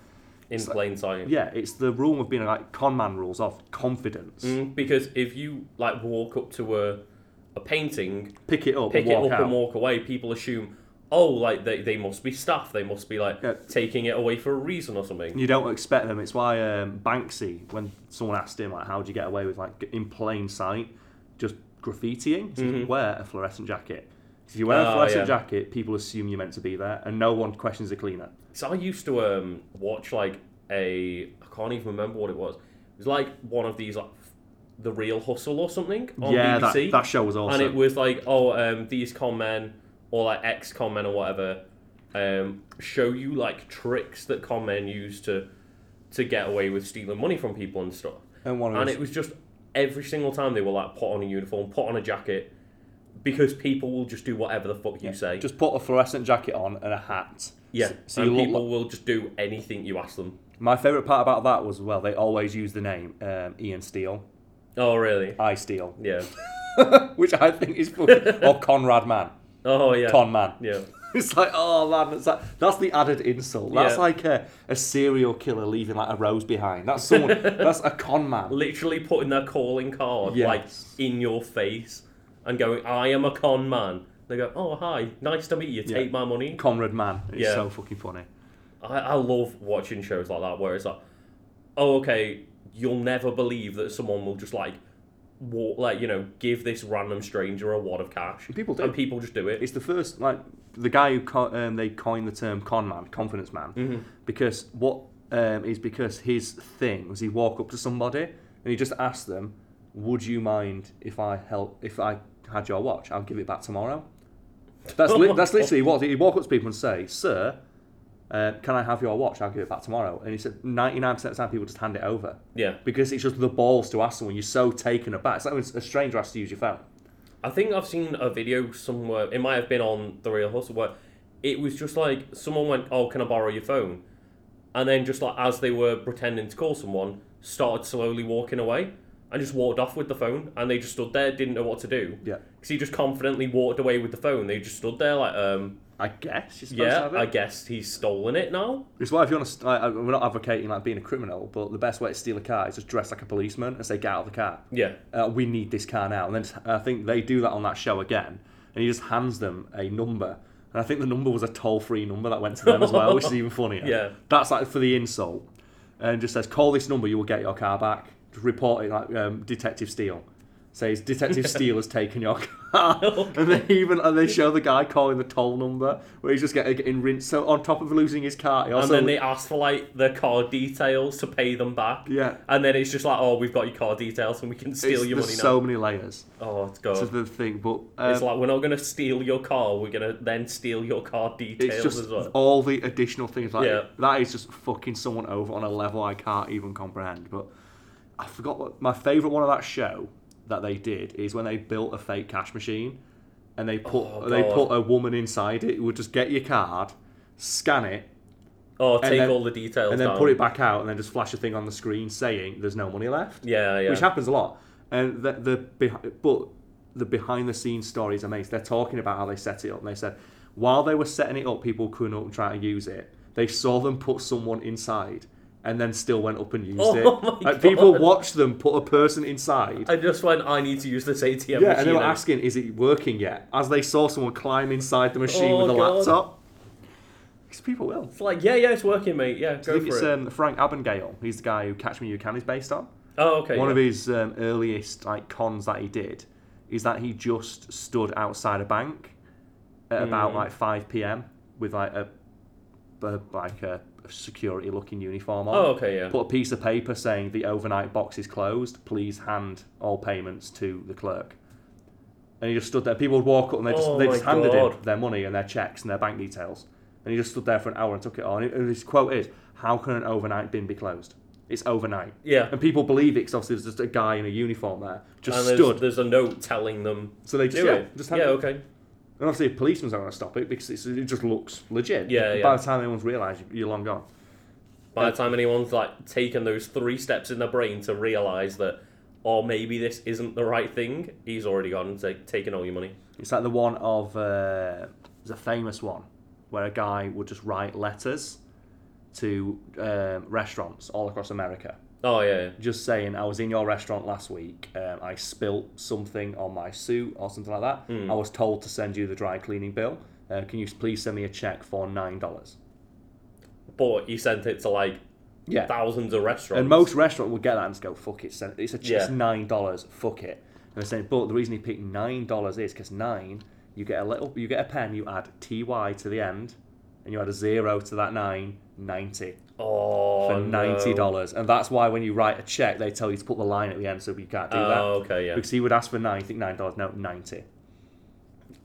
S1: In plain sight.
S2: yeah, it's the rule of being like con man rules of confidence.
S1: Mm, because if you like walk up to a a painting,
S2: Pick it up,
S1: pick
S2: and
S1: it
S2: walk
S1: up
S2: out.
S1: and walk away, people assume, oh, like they, they must be staff. They must be like
S2: Yeah.
S1: taking it away for a reason or something.
S2: You don't expect them. It's why um, Banksy, when someone asked him like, "How do you get away with like in plain sight, just graffitiing?" He said, "Wear a fluorescent jacket. If you wear a
S1: Oh,
S2: fluorescent
S1: Mm-hmm. yeah.
S2: jacket, people assume you're meant to be there, and no one questions the cleaner."
S1: So I used to um, watch like a I can't even remember what it was. It was like one of these like the Real Hustle or something on
S2: yeah,
S1: BBC.
S2: that, that show was awesome.
S1: And it was like oh um, these con men or like ex con men or whatever um, show you like tricks that con men use to to get away with stealing money from people and stuff.
S2: and one of
S1: And
S2: us-
S1: it was just every single time they were like put on a uniform, put on a jacket, because people will just do whatever the fuck you say.
S2: just put a fluorescent jacket on and a hat.
S1: yeah,
S2: S- So,
S1: and
S2: you look
S1: people
S2: like-
S1: will just do anything you ask them.
S2: my favorite part about that was well, they always use the name um, Ian Steele,
S1: Oh really?
S2: I Steele, *laughs*
S1: Yeah.
S2: which I think is fucking or Conrad Man,
S1: Oh yeah.
S2: Con Man.
S1: Yeah.
S2: *laughs* It's like, oh man, that's, that, that's the added insult. That's
S1: Yeah.
S2: like a, a serial killer leaving like a rose behind.
S1: *laughs*
S2: That's someone. that's a con man.
S1: Literally putting their calling card
S2: Yes.
S1: like in your face and going, "I am a con man." They go, "Oh hi, nice to meet you. Take my money."
S2: Conrad man. It's
S1: Yeah.
S2: so fucking funny.
S1: I, I love watching shows like that where it's like, oh, okay, you'll never believe that someone will just like, walk, like you know, give this random stranger a wad of cash.
S2: People do.
S1: And people just do it.
S2: It's the first like the guy who co- um, they coined the term con man, confidence man,
S1: Mm-hmm.
S2: because what um, is because his thing was he would walk up to somebody and he just asked them, "Would you mind if I help if I had your watch? I'll give it back tomorrow." That's li- that's literally what he'd walk up to people and say, "Sir, uh, can I have your watch? I'll give it back tomorrow." And he said, "99% of the time, people just hand it over."
S1: Yeah.
S2: Because it's just the balls to ask someone. You're so taken aback. It's like when a stranger asks to use your phone.
S1: I think I've seen a video somewhere. It might have been on the Real Hustle where it was just like someone went, "Oh, can I borrow your phone?" And then just like as they were pretending to call someone, started slowly walking away and just walked off with the phone. And they just stood there, didn't know what to do.
S2: Yeah.
S1: Because he just confidently walked away with the phone. They just stood there like, um,
S2: I guess you're supposed to
S1: yeah,
S2: have it.
S1: I guess he's stolen it now.
S2: It's why if you want to, like, I- we're not advocating like being a criminal, but the best way to steal a car is just dress like a policeman and say, "Get out of the car.
S1: Yeah.
S2: Uh, we need this car now." And then just- I think they do that on that show again, and he just hands them a number, and I think the number was a toll-free number that went to them as well, which is even funnier.
S1: *laughs* Yeah.
S2: that's like for the insult, and just says, "Call this number, you will get your car back." Just report it like um, Detective Steele.
S1: *laughs*
S2: Says Detective Steele has taken your car, *laughs* and they even and they show the guy calling the toll number where he's just getting, getting rinsed. So on top of losing his car, he
S1: And
S2: also
S1: then they asked for like the car details to pay them back.
S2: Yeah.
S1: And then it's just like, oh, we've got your car details and we can steal
S2: It's-
S1: your
S2: there's
S1: money
S2: so many layers
S1: now. Oh, it's good.
S2: to the thing, but
S1: It's
S2: um,
S1: like we're not gonna steal your car. We're gonna then steal your car details
S2: it's just
S1: as well.
S2: all the additional things. Like
S1: Yeah.
S2: that is just fucking someone over on a level I can't even comprehend. But I forgot what my favorite one of that show that they did is when they built a fake cash machine and they put
S1: Oh,
S2: they
S1: God.
S2: put a woman inside it who would just get your card, scan it,
S1: Oh, take
S2: then-
S1: all the details
S2: and then
S1: down.
S2: put it back out, and then just flash a thing on the screen saying there's no money left.
S1: Yeah, yeah.
S2: which happens a lot. And the, the beh- but the behind the scenes stories are amazing. They're talking about how they set it up, and they said while they were setting it up, people couldn't up and try to use it. They saw them put someone inside, and then still went up and used
S1: Oh
S2: it.
S1: *laughs* my
S2: like people
S1: God.
S2: watched them put a person inside.
S1: I just went. I need to use this ATM machine.
S2: yeah, and they were
S1: now."
S2: asking, "Is it working yet?" As they saw someone climb inside the machine
S1: Oh,
S2: with a
S1: God.
S2: laptop. Because people will.
S1: It's like, yeah, yeah, it's working, mate. Yeah,
S2: I
S1: go
S2: think
S1: for
S2: it's
S1: it.
S2: um, Frank Abengale. He's the guy who Catch Me You Can is based on.
S1: oh, okay.
S2: One
S1: yeah.
S2: of his um, earliest like cons that he did is that he just stood outside a bank at
S1: Hmm.
S2: about like 5 p.m. with like a a- like a security looking uniform on.
S1: Oh, okay, yeah.
S2: Put a piece of paper saying the overnight box is closed. Please hand all payments to the clerk. And he just stood there. People would walk up and they just
S1: Oh
S2: they
S1: my
S2: just handed him
S1: God.
S2: their money and their checks and their bank details. And he just stood there for an hour and took it on. And his quote is, "How can an overnight bin be closed? It's overnight."
S1: Yeah.
S2: And people believe it because obviously there's just a guy in a uniform there, just
S1: and there's,
S2: stood.
S1: there's a note telling them.
S2: so they just,
S1: Do
S2: yeah,
S1: it.
S2: just
S1: yeah,
S2: hand it.
S1: okay.
S2: And obviously a policeman's not going to stop it because it's, it just looks legit.
S1: Yeah,
S2: By
S1: yeah.
S2: the time anyone's realised, you- you're long gone.
S1: By
S2: Yeah.
S1: the time anyone's like taken those three steps in their brain to realize that, or maybe this isn't the right thing, he's already gone and take, taken all your money.
S2: It's like the one of, uh, there's a famous one where a guy would just write letters to um, restaurants all across America.
S1: Oh yeah, yeah.
S2: just saying I was in your restaurant last week. Um,
S1: Hmm.
S2: I spilt something on my suit or something like that. I was told to send you the dry cleaning bill. Uh, can you please send me a check for nine dollars?
S1: But you sent it to like
S2: Yeah.
S1: thousands of restaurants.
S2: And most restaurant will get that and just go, fuck it, it's, it's a
S1: Yeah.
S2: it's nine dollars, fuck it. And they're saying, but the reason he picked nine dollars is because nine, you get a little, you get a pen, you add ty to the end, and you add a zero to that nine, 90
S1: oh,
S2: for ninety
S1: no.
S2: dollars, and that's why when you write a check, they tell you to put the line at the end, so you can't do that.
S1: Oh, okay, yeah.
S2: Because he would ask for nine, think nine dollars, no ninety.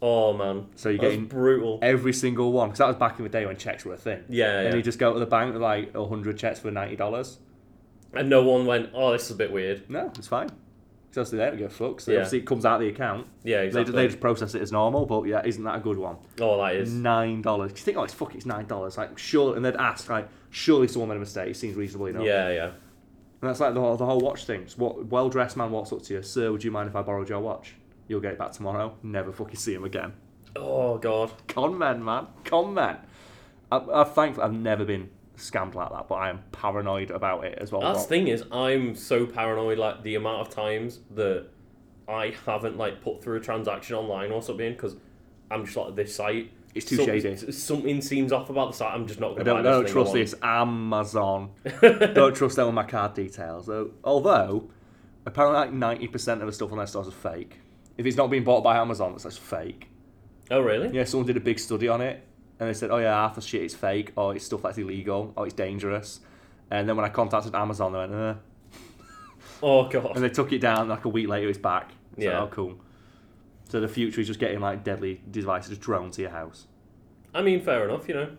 S1: Oh man,
S2: So you're
S1: That's
S2: getting-
S1: brutal.
S2: Every single one, because that was back in the day when checks were a thing.
S1: Yeah,
S2: And
S1: yeah.
S2: you just go to the bank with like hundred checks for ninety dollars.
S1: And no one went. Oh, this is a bit weird.
S2: No, it's fine. It's obviously they don't give a fuck. So
S1: Yeah.
S2: obviously it comes out of the account.
S1: Yeah, exactly.
S2: They, they just process it as normal, but yeah, isn't that a good one?
S1: oh, that is.
S2: Nine dollars. You think, oh, it's fuck, it's nine dollars. Like, sure, and they'd ask, like, surely someone made a mistake. It seems reasonable enough.
S1: Yeah, yeah.
S2: And that's like the whole, the whole watch thing. It's What well dressed man walks up to you, sir, would you mind if I borrowed your watch? You'll get it back tomorrow. Never fucking see him again.
S1: Oh god.
S2: Con men, man. Con men. I, I thankfully I've never been scammed like that, but I am paranoid about it as well.
S1: That's the thing is, I'm so paranoid. Like the amount of times that I haven't like put through a transaction online or something because I'm just like this site.
S2: It's too
S1: some-
S2: shady.
S1: s- Something seems off about the site. I'm just not
S2: I
S1: going to.
S2: don't, I don't trust this Amazon. don't trust them with my card details. Though- Although, apparently, like 90% of the stuff on their stores are fake. If it's not being bought by Amazon, it's just fake.
S1: Oh really?
S2: Yeah, someone did a big study on it, and they said, "Oh yeah, half the shit is fake, or it's stuff that's illegal, or it's dangerous." And then when I contacted Amazon, they went, uh,
S1: Oh
S2: and
S1: god.
S2: they took it down. Like a week later, it's back. It's like,
S1: Yeah.
S2: oh cool. So the future is just getting like deadly devices drone to your house.
S1: I mean, fair enough. You know,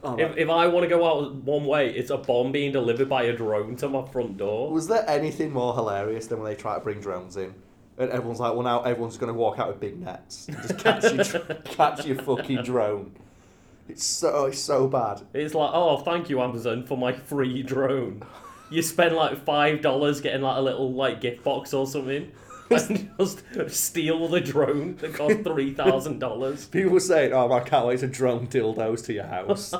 S2: Oh,
S1: if, if I want to go out one way, it's a bomb being delivered by a drone to my front door.
S2: Was there anything more hilarious than when they try to bring drones in? And everyone's like, well, now everyone's going to walk out with big nets. and Just catch your, catch your fucking drone. It's so, it's so bad.
S1: It's like, oh, thank you, Amazon, for my free drone. You spend like five dollars getting like a little like gift box or
S2: *laughs*
S1: something, and just steal the drone that cost three thousand
S2: *laughs*
S1: dollars.
S2: People were saying, oh, man, I can't wait to drone dildos to your house.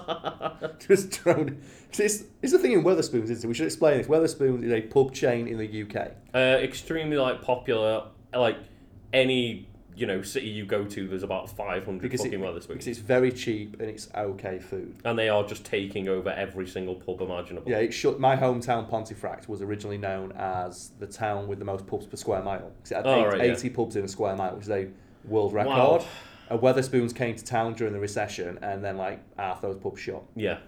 S2: Just drone. It's, it's the thing in Weatherspoons, isn't it? We should explain this. Weatherspoons is a pub chain in the UK.
S1: Uh, extremely like popular, like any you know city you go to, there's about five hundred
S2: Because, it,
S1: fucking
S2: because
S1: Weatherspoons,
S2: it's very cheap and it's okay food.
S1: and they are just taking over every single pub imaginable.
S2: Yeah, it shut. My hometown Pontefract was originally known as the town with the most pubs per square mile. 'Cause it had
S1: Oh,
S2: eight-
S1: right, yeah.
S2: 80 pubs in a square mile, which is a world record.
S1: Wow.
S2: And Weatherspoons came to town during the recession, and then like half those pubs shut.
S1: Yeah,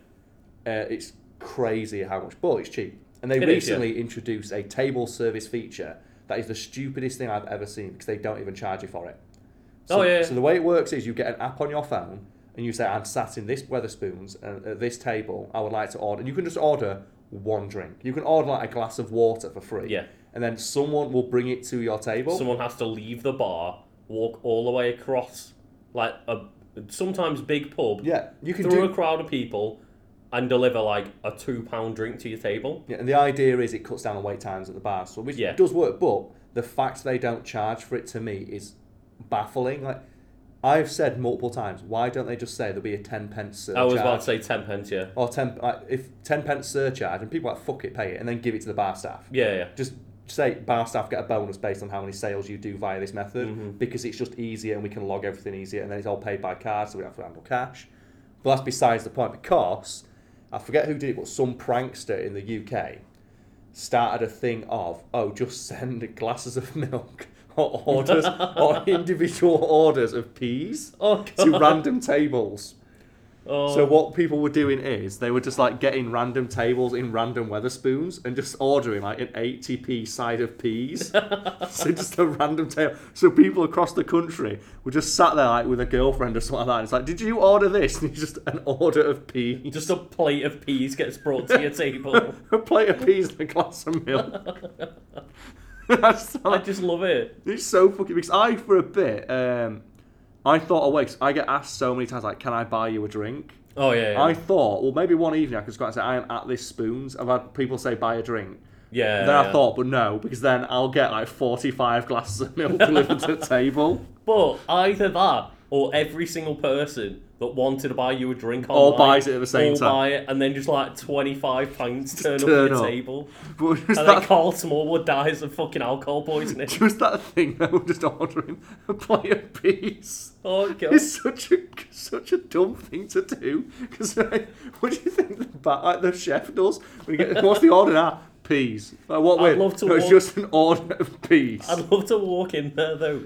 S2: Uh, it's crazy how much, but it's cheap. And they
S1: It is, yeah.
S2: recently introduced a table service feature that is the stupidest thing I've ever seen because they don't even charge you for it. So,
S1: Oh, yeah, yeah.
S2: So the way it works is you get an app on your phone and you say, "I'm sat in this Weatherspoons and at this table. I would like to order." And you can just order one drink. You can order like a glass of water for free.
S1: Yeah.
S2: And then someone will bring it to your table.
S1: someone has to leave the bar, walk all the way across like a sometimes big pub.
S2: yeah. You can
S1: through
S2: do.
S1: a crowd of people and deliver like a two pound drink to your table.
S2: Yeah, and the idea is it cuts down on wait times at the bar, so which
S1: Yeah.
S2: does work. But the fact they don't charge for it to me is baffling. Like I've said multiple times, why don't they just say there'll be a ten pence surcharge
S1: I was about to say ten pence, yeah.
S2: or ten like, if ten pence surcharge, and people are like fuck it, pay it, and then give it to the bar staff.
S1: Yeah, yeah.
S2: Just say bar staff get a bonus based on how many sales you do via this method because it's just easier and we can log everything easier, and then it's all paid by card, so we don't have to handle cash. But that's besides the point because I forget who did it, but some prankster in the UK started a thing of oh, just *laughs* send glasses of milk *laughs* or orders or individual orders of peas
S1: Oh,
S2: to random tables.
S1: Oh,
S2: So what people were doing is they were just like getting random tables in random Weatherspoons and just ordering like an 80p side of peas. so just a random table. So people across the country were just sat there like with a girlfriend or something like that. And it's like, did you order this? And it's just an order of peas,
S1: just a plate of peas gets brought to your
S2: *laughs*
S1: table.
S2: a plate of peas and a glass of milk. *laughs* That's
S1: I
S2: like,
S1: just love it.
S2: it's so fucking because I for a bit um, I thought away 'cause I get asked so many times like, can I buy you a drink?
S1: Oh yeah, yeah.
S2: I thought, well, maybe one evening I could just go out and say, I am at this Spoons. I've had people say, buy a drink.
S1: yeah.
S2: then I
S1: yeah.
S2: thought, but no, because then I'll get like
S1: *laughs*
S2: 45 glasses of milk delivered to the table.
S1: But either that or every single person that wanted to buy you a drink
S2: All
S1: online,
S2: buys it at the same
S1: all
S2: time.
S1: buy it, and then just like 25 pints turn,
S2: turn
S1: up at your
S2: up.
S1: table.
S2: But just
S1: And then
S2: that,
S1: Carl Smallwood dies of fucking alcohol
S2: *laughs*
S1: poisoning.
S2: just that thing that we're just ordering a play of peace.
S1: oh, God.
S2: It's such a such a dumb thing to do. Because what do you think the, ba- like the chef does? When you get, what's the order now? Peas. Like, what
S1: I'd
S2: way?
S1: love to
S2: no, it's
S1: walk-
S2: just an order of peas.
S1: I'd love to walk in there though,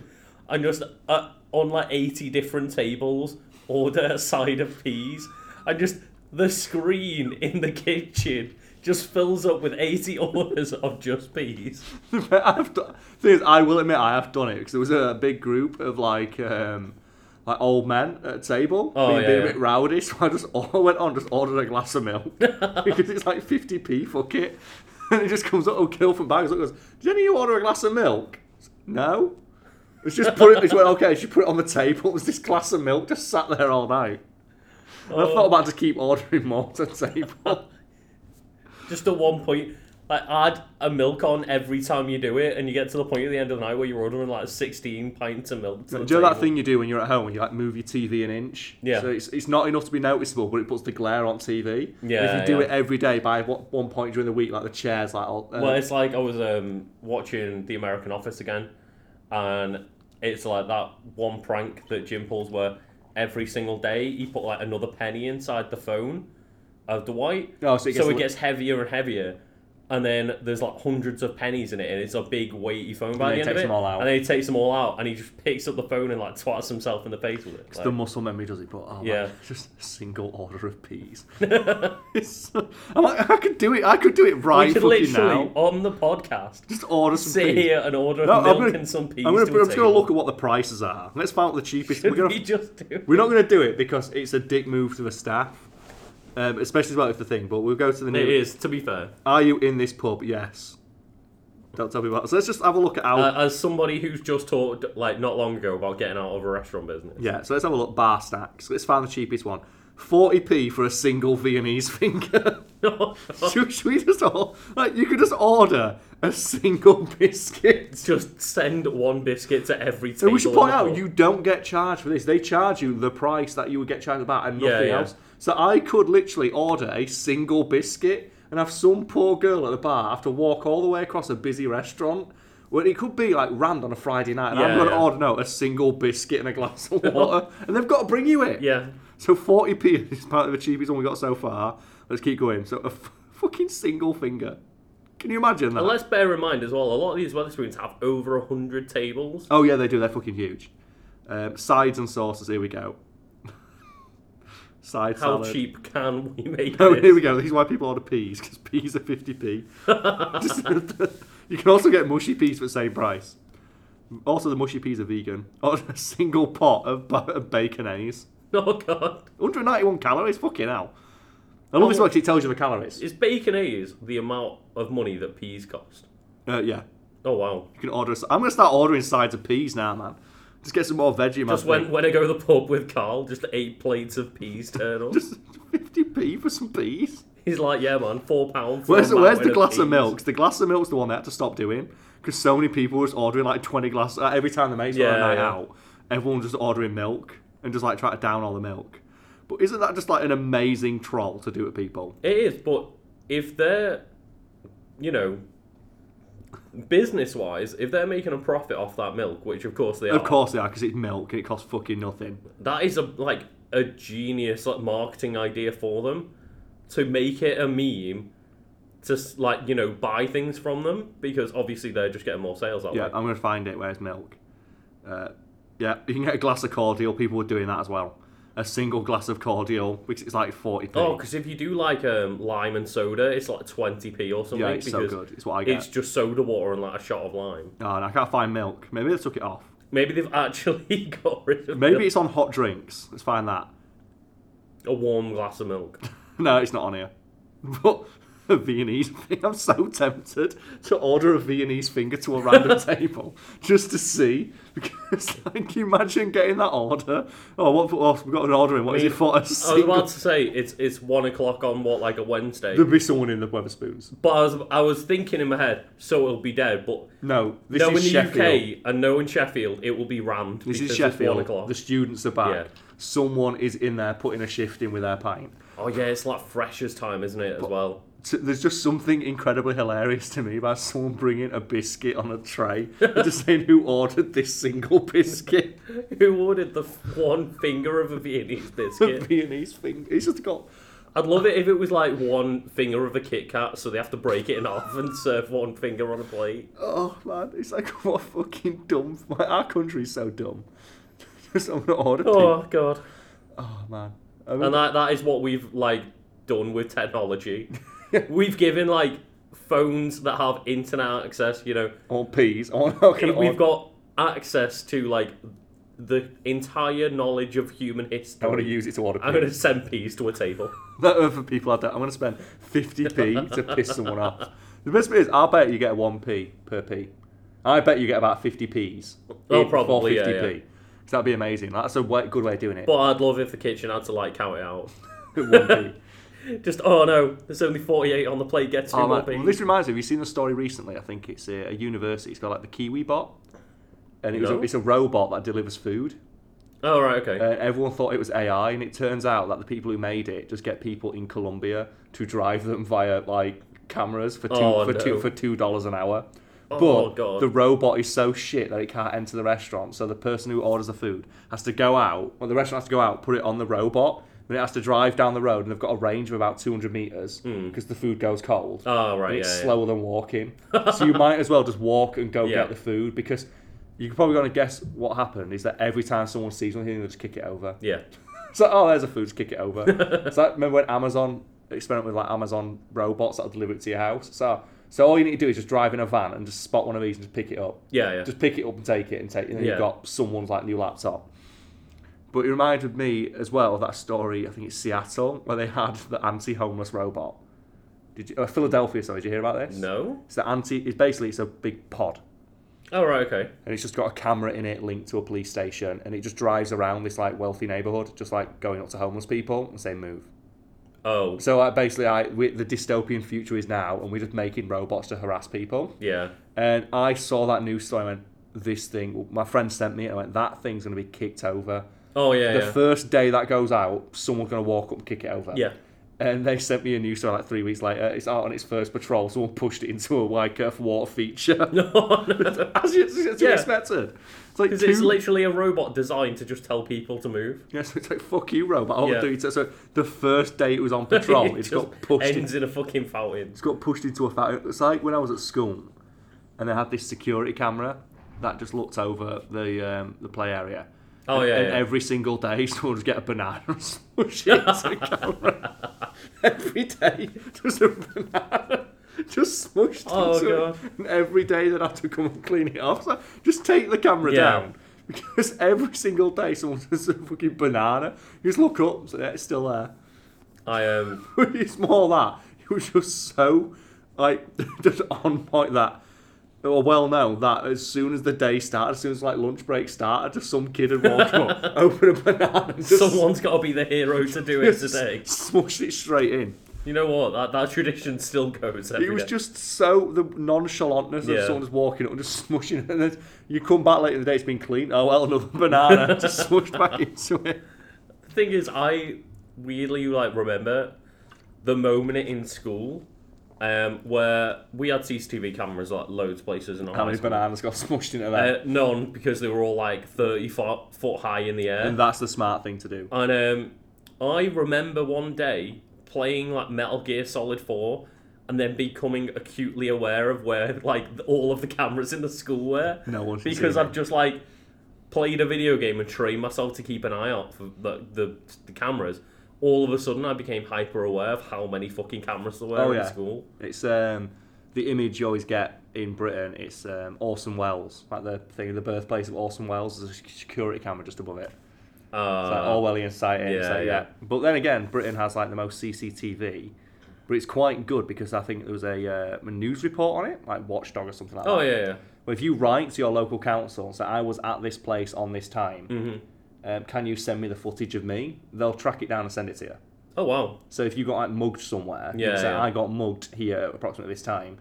S1: and just uh, on like eighty different tables, order a side of peas, and just the screen in the kitchen just fills up with eighty *laughs* orders of just peas.
S2: *laughs* I've done, thing is, I will admit I have done it because there was a big group of like um, like old men at a table
S1: Oh,
S2: being,
S1: yeah,
S2: being a
S1: yeah.
S2: bit rowdy, *laughs* so I just all went on just ordered a glass
S1: *laughs*
S2: of milk because it's like fifty p fuck it, *laughs* and it just comes up. Oh, kill from bags. It goes, did any of you order a glass of milk? No. It's just put it. It's went okay. She put it on the table. It was this glass of milk just sat there all night. And I
S1: Oh.
S2: thought about to keep ordering more to the table. *laughs*
S1: Just at one point, like add a milk on every time you do it, and you get to the point at the end of the night where you're ordering like sixteen pints of milk. To
S2: Do
S1: the
S2: you know that
S1: table.
S2: thing you do when you're at home and you like move your TV an inch?
S1: Yeah.
S2: So it's, it's not enough to be noticeable, but it puts the glare on TV. And
S1: Yeah,
S2: if you do
S1: yeah.
S2: it every day by what, one point during the week, like the chairs, like all. Uh,
S1: Well, it's like I was um, watching The American Office again, and it's like that one prank that Jim pulls where every single day he put like another penny inside the phone of Dwight,
S2: oh, so it gets.
S1: so it
S2: li-
S1: gets heavier and heavier, and then there's like hundreds of pennies in it, and it's a big weighty phone by
S2: then
S1: the
S2: he
S1: end of
S2: takes
S1: it,
S2: them all out.
S1: and then he takes them all out, and he just picks up the phone and like twats himself in the face with it.
S2: it's
S1: Like,
S2: the muscle memory does it, but oh, yeah,
S1: Yeah.
S2: *laughs* just a single order
S1: *laughs*
S2: of peas. It's so- I'm like, I could do it. I could do it right
S1: we could
S2: fucking
S1: literally
S2: now.
S1: on the podcast
S2: Just order some
S1: sit
S2: peas.
S1: here and order
S2: No, I'm
S1: milk
S2: gonna-
S1: and some peas.
S2: I'm, gonna,
S1: to
S2: I'm
S1: a
S2: just going to
S1: table.
S2: look at what the prices are. Let's find out the cheapest.
S1: Should
S2: We're gonna
S1: we just do?
S2: We're not going to do it because it's a dick move to the staff, um, especially as well if the thing. But we'll go to the
S1: It
S2: new.
S1: is, to be fair.
S2: Are you in this pub? Yes. Don't tell me about. So let's just have a look at our.
S1: Uh, as somebody who's just talked like not long ago about getting out of a restaurant business.
S2: yeah. So let's have a look. Bar snacks. Let's find the cheapest one. Forty p for a single Viennese *laughs* finger. should, should we just all like you could just order a single *laughs* biscuit?
S1: just send one biscuit to every table.
S2: And we should point
S1: in the
S2: out
S1: pub.
S2: you don't get charged for this. They charge you the price that you would get charged about and
S1: Yeah,
S2: nothing
S1: yeah.
S2: else. So I could literally order a single biscuit and have some poor girl at the bar have to walk all the way across a busy restaurant. Well, it could be like Rand on a Friday night, and I'm
S1: Yeah,
S2: going to
S1: yeah.
S2: order no a single biscuit and a
S1: *laughs*
S2: glass of water, and they've got to bring you it.
S1: Yeah.
S2: So 40p *laughs* is part of the cheapest one we got so far. Let's keep going. So a f- fucking single finger. Can you imagine that?
S1: And let's bear in mind as well, a lot of these Weatherspoons have over a hundred tables.
S2: Oh yeah, they do. They're fucking huge. Um, sides and sauces. Here we go. *laughs* Side
S1: How
S2: salad.
S1: cheap can we make
S2: *laughs* Oh, here
S1: this?
S2: we go. This is why people order peas because peas are fifty p. *laughs* you can also get mushy peas for the same price. Also, the mushy peas are vegan. *laughs* Order a single pot of, ba- of baconaise.
S1: *laughs* Oh god.
S2: 191 calories. Fucking hell. I
S1: Oh.
S2: love this one 'cause it tells you the calories.
S1: Is bacon A's the amount of money that peas cost?
S2: Uh, yeah,
S1: Oh wow.
S2: you can order. A, s- I'm gonna start ordering sides of peas now, man. Just get some more veggie.
S1: Just when when I go to the pub with Carl, just eight plates of peas turn up.
S2: *laughs* just 50p for some peas.
S1: He's like, yeah man, four pounds.
S2: Where's the, where's the glass of milk? 'Cause The glass of milk's the one they had to stop doing because so many people were just ordering like 20 glasses uh, every time the mates were on a
S1: Yeah,
S2: night
S1: yeah.
S2: out. Everyone was just ordering milk and just like trying to down all the milk. But isn't that just like an amazing troll to do at people?
S1: It is, but if they're, you know, business wise, if they're making a profit off that milk, which of course they are,
S2: Of course they are because it's milk and it costs fucking nothing.
S1: that is a like a genius like marketing idea for them to make it a meme to s- like you know buy things from them because obviously they're just getting more sales out.
S2: Yeah,
S1: Yeah.
S2: I'm gonna find it. Where's milk? Uh, yeah, you can get a glass of cordial. People were doing that as well. A single glass of cordial because it's like 40p.
S1: Oh, because if you do like um, lime and soda, it's like twenty p or something
S2: yeah, it's so
S1: because
S2: good. It's what I get.
S1: it's just soda water and like a shot of lime.
S2: Oh, and I can't find milk. Maybe they took it off.
S1: Maybe they've *laughs* actually got rid of
S2: Maybe
S1: milk-
S2: it's on hot drinks. Let's find that. *laughs*
S1: a warm glass of milk.
S2: No, it's not on here. *laughs* But a Viennese. *laughs* fi- I'm so tempted to order a Viennese finger to
S1: *laughs*
S2: a random table just to see. Because *laughs* like, can you imagine getting that order? Oh, what? Oh, we've got an order in. What is
S1: mean,
S2: it for? A
S1: I was
S2: single-
S1: about to say it's it's one o'clock on what like a Wednesday,
S2: There'd be someone in the Weatherspoons.
S1: but I was I was thinking in my head, so it'll be dead. But
S2: No, this
S1: no, in
S2: is
S1: the
S2: Sheffield.
S1: UK and no in Sheffield, it will be rammed.
S2: This
S1: because it's
S2: is
S1: one o'clock.
S2: Sheffield. The students are back.
S1: Yeah.
S2: Someone is in there putting a shift in with their pint.
S1: Oh yeah, it's like freshers time, isn't it? As well. *laughs*
S2: T- There's just something incredibly hilarious to me about someone bringing a biscuit on a tray and
S1: *laughs*
S2: just saying who ordered this single biscuit.
S1: Who ordered the f- one finger of a Viennese
S2: *laughs* The
S1: biscuit?
S2: Viennese thing. It's just got.
S1: I'd love it if it was like one finger of a Kit Kat, so they have to break it in half and serve one finger on a plate.
S2: Oh man, it's like *laughs* what fucking dumb. Like, our country's so dumb. *laughs* just I'm gonna order. Oh,
S1: Oh god!
S2: oh man. I mean,
S1: And that that is what we've like done with
S2: *laughs*
S1: technology. we've given like phones that have internet access. You know,
S2: I want peas. I want. I can
S1: we've
S2: order-
S1: got access to like the entire knowledge of human
S2: I want to
S1: history.
S2: use it to order.
S1: I'm
S2: peas.
S1: gonna send peas to a table.
S2: That other people had that. I'm going to spend 50p to piss someone off. The best bit is, I'll bet you get 1p per p. I bet you get about 50p's.
S1: Oh,
S2: in- for
S1: probably, yeah, yeah.
S2: So that'd be amazing. That's a way, good way of doing it.
S1: But I'd love if the kitchen had to like count it out. *laughs*
S2: 1p.
S1: Just oh no, there's only 48 on the plate. Get two
S2: Oh,
S1: more
S2: man.
S1: peas.
S2: Well, this reminds me, have you seen the story recently? I think it's a, a university. It's got like the Kiwi bot. And it was a-
S1: No.
S2: it's a robot that delivers food.
S1: Oh right, okay.
S2: And Uh, everyone thought it was AI. And it turns out that the people who made it just get people in Colombia to drive them via like cameras for two
S1: Oh,
S2: for two
S1: no.
S2: for two dollars an hour.
S1: Oh,
S2: but
S1: God.
S2: the robot is so shit that it can't enter the restaurant. So the person who orders the food has to go out. Well, the restaurant has to go out, put it on the robot. Then it has to drive down the road, and they've got a range of about 200 meters because the food goes cold.
S1: Hmm. oh right,
S2: and
S1: yeah.
S2: it's
S1: yeah.
S2: slower than walking. so you might as well just walk and
S1: *laughs*
S2: go
S1: Yeah.
S2: get the food because you're probably going to guess what happened is that every time someone sees something, they just kick it over. *laughs*
S1: Yeah.
S2: It's like, oh, there's a food, just kick it over.
S1: *laughs*
S2: so like, remember when Amazon experiment with like Amazon robots that'll deliver it to your house? So so all you need to do is just drive in a van and just spot one of these and just pick it up.
S1: Yeah, yeah.
S2: Just pick it up and take it and take it. And then
S1: Yeah.
S2: you've got someone's like new laptop. But it reminded me as well of that story, I think it's Seattle, where they had the anti homeless robot. Did you, uh, Philadelphia, sorry, did you hear about this?
S1: no.
S2: It's the anti, it's basically, it's a big pod
S1: Oh right, okay.
S2: and it's just got a camera in it linked to a police station and it just drives around this like wealthy neighborhood just like going up to homeless people and saying move
S1: Oh
S2: so like basically i we, the dystopian future is now and we're just making robots to harass people
S1: yeah.
S2: and i saw that news story and went this thing my friend sent me it and I went that thing's going to be kicked over
S1: Oh yeah.
S2: the
S1: yeah.
S2: first day that goes out someone's going to walk up and kick it over
S1: yeah. *laughs*
S2: and they sent me a news story like three weeks later. It's out on its first patrol. Someone pushed it into a wide curve water feature. *laughs*
S1: Oh, No, no.
S2: as you, as you
S1: Yeah.
S2: expected. It's like
S1: Because it's
S2: two-
S1: literally a robot designed to just tell people to move.
S2: Yeah, so it's like fuck you, robot. I want
S1: Yeah.
S2: to do it. So the first day it
S1: *laughs*
S2: was on patrol,
S1: It
S2: it's
S1: just
S2: got pushed. In,
S1: Ends in a fucking fountain.
S2: it's got pushed into a fountain. It's like when I was at school, and they had this security camera that just looked over the um, the play area.
S1: Oh,
S2: and,
S1: yeah,
S2: And
S1: yeah.
S2: every single day, *laughs* someone would get a banana and smush it into the camera. *laughs* every day, just a banana. Just smushed
S1: Oh,
S2: into
S1: God.
S2: it. And every day they'd have to come and clean it off. So just take the camera
S1: Yeah.
S2: down. *laughs* Because every single day someone does a fucking banana. You just look up, so it's still there.
S1: I um.
S2: it's more that. It was just so, like, *laughs* just on point that. Well, well known that as soon as the day started, as soon as like lunch break started, just some kid had
S1: *laughs*
S2: walked up, open a banana, and *laughs* just
S1: Someone's got to be the hero to do it
S2: *laughs* just
S1: today.
S2: smushed it straight in.
S1: You know what? That that tradition still goes. every
S2: It was
S1: day.
S2: just so the nonchalantness of
S1: Yeah.
S2: someone just walking up and just smushing it. And then you come back later in the day, it's been cleaned. Oh well, another banana *laughs* just smushed back into it.
S1: The thing is, I weirdly like remember the moment in school um, where we had CCTV cameras like loads of places and all.
S2: How many bananas got smushed into there?
S1: Uh, none because they were all like thirty foot, foot high in the air.
S2: and that's the smart thing to do.
S1: And um, I remember one day playing like Metal Gear Solid 4 and then becoming acutely aware of where like all of the cameras in the school were.
S2: No one should see
S1: Because
S2: that.
S1: I've just like played a video game and trained myself to keep an eye out for the, the, the cameras. All of a sudden, I became hyper aware of how many fucking cameras there were
S2: Oh,
S1: in
S2: yeah.
S1: school.
S2: It's um, the image you always get in Britain. It's um, Orson Welles, like the thing, the birthplace of Orson Welles. There's a security camera just above it.
S1: Uh,
S2: It's like Orwellian sighting. Yeah,
S1: yeah,
S2: yeah.
S1: yeah.
S2: But then again, Britain has like the most CCTV But it's quite good because I think there was a, uh, a news report on it, like Watchdog or something like
S1: Oh
S2: that.
S1: yeah, yeah.
S2: Well, if you write to your local council and say, I was at this place on this time,
S1: Mm. Mm-hmm.
S2: um, can you send me the footage of me? They'll track it down and send it to you.
S1: Oh wow.
S2: So if you got like mugged somewhere, you
S1: Yeah,
S2: say,
S1: yeah.
S2: I got mugged here at approximately this time,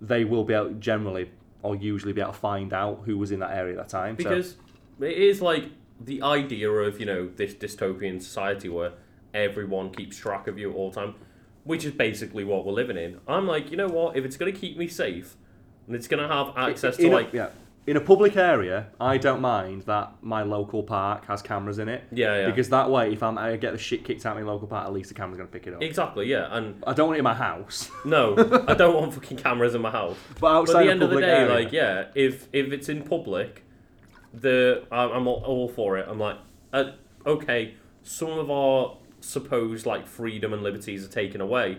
S2: they will be able generally or usually be able to find out who was in that area at that time. So-
S1: Because it is like the idea of you know this dystopian society where everyone keeps track of you at all time, which is basically what we're living in. I'm like, you know what? If it's gonna keep me safe, and it's gonna have access to
S2: in a,
S1: like
S2: yeah. In a public area, I don't mind that my local park has cameras in it.
S1: Yeah, yeah.
S2: Because that way, if I'm, I get the shit kicked out of my local park, at least the camera's going to pick it up.
S1: exactly yeah, and
S2: I don't want it in my house, *laughs*
S1: no, I don't want fucking cameras in my house.
S2: but outside
S1: But at the
S2: a
S1: end of the
S2: public
S1: day,
S2: area.
S1: like yeah, if if it's in public, the I'm, I'm all, all for it. I'm like, uh, okay, some of our supposed like freedom and liberties are taken away.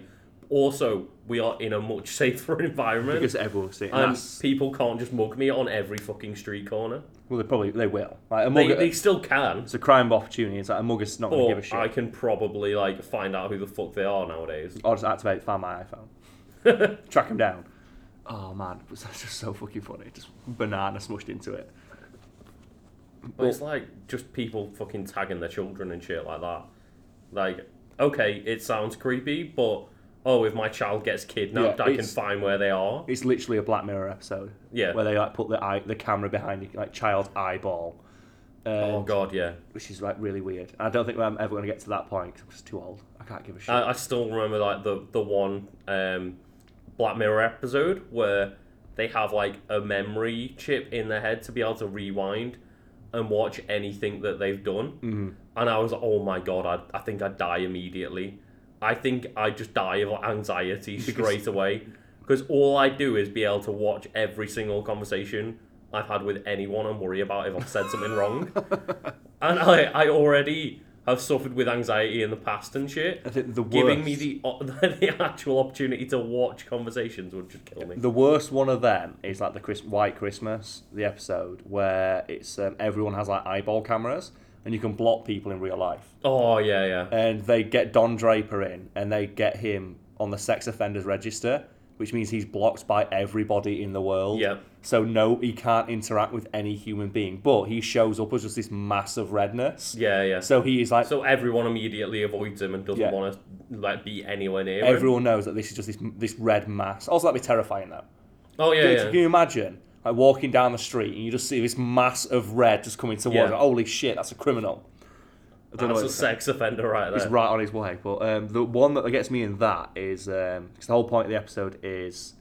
S1: Also, we are in a much *laughs* safer environment,
S2: because everyone's seeing.
S1: and
S2: that's-
S1: people can't just mug me on every fucking street corner.
S2: well, they probably they will. Like a
S1: They,
S2: mugger,
S1: they still can,
S2: it's a crime of opportunity. It's like a mugger's not going to give
S1: or
S2: a shit.
S1: I can probably like find out who the fuck they are nowadays.
S2: I'll just activate, find my iPhone, *laughs* track him down. Oh man, *laughs* that's just so fucking funny. Just banana smushed into it.
S1: But it's like just people fucking tagging their children and shit like that. Like, okay, it sounds creepy, but oh, if my child gets kidnapped,
S2: Yeah,
S1: I can
S2: it's-
S1: find where they are.
S2: It's literally a Black Mirror episode.
S1: Yeah.
S2: Where they like put the eye, the camera behind the, like child's eyeball, um,
S1: Oh god, yeah.
S2: which is like really weird. And I don't think I'm ever gonna get to that point 'cause I'm just too old. I can't give a shit.
S1: I, I still remember like the the one um, Black Mirror episode where they have like a memory chip in their head to be able to rewind and watch anything that they've done. Mm. And I was like, oh my god, I, I think I'd die immediately. I think I would just die of anxiety straight away because all I do is be able to watch every single conversation I've had with anyone and worry about if I've said something wrong. And I, I already have suffered with anxiety in the past and shit
S2: I think the worst,
S1: giving me the o- *laughs* the actual opportunity to watch conversations would just kill me.
S2: the worst one of them is like the Chris, White Christmas, the episode where it's um, everyone has like eyeball cameras and you can block people in real life.
S1: Oh yeah, yeah.
S2: and they get Don Draper in, and they get him on the sex offenders register, which means he's blocked by everybody in the world.
S1: Yeah.
S2: So no, he can't interact with any human being, but he shows up as just this massive redness.
S1: Yeah, yeah. So,
S2: So he is like
S1: everyone immediately avoids him and doesn't
S2: Yeah.
S1: want to like be anywhere near him.
S2: everyone knows that this is just this this red mass. Also, that'd be terrifying though.
S1: Oh yeah,
S2: Can-
S1: yeah.
S2: Can you imagine? Like walking down the street and you just see this mass of red just coming towards.
S1: Yeah.
S2: you. Holy shit, that's a criminal! I
S1: That's a sex offender right there.
S2: He's right on his way. But um, the one that gets me in that is because the whole point of the episode is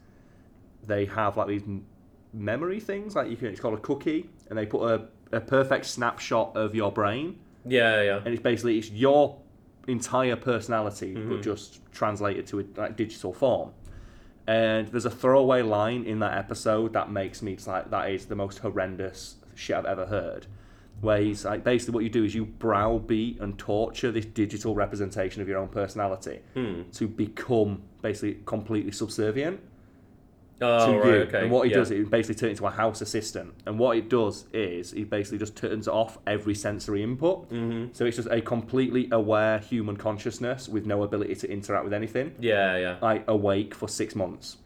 S2: they have like these m- memory things. Like you can, it's called a cookie, and they put a, a perfect snapshot of your brain,
S1: Yeah, yeah.
S2: and it's basically it's your entire personality, but just translated to a like, digital form. And there's a throwaway line in that episode that makes me it's like that is the most horrendous shit I've ever heard. Where he's like basically what you do is you browbeat and torture this digital representation of your own personality to become basically completely subservient
S1: Oh
S2: to
S1: right,
S2: you.
S1: okay.
S2: And what he
S1: yeah.
S2: does is he basically turns into a house assistant. And what it does is he basically just turns off every sensory input. Mm-hmm. So it's just a completely aware human consciousness with no ability to interact with anything
S1: Yeah, yeah.
S2: like awake for six months.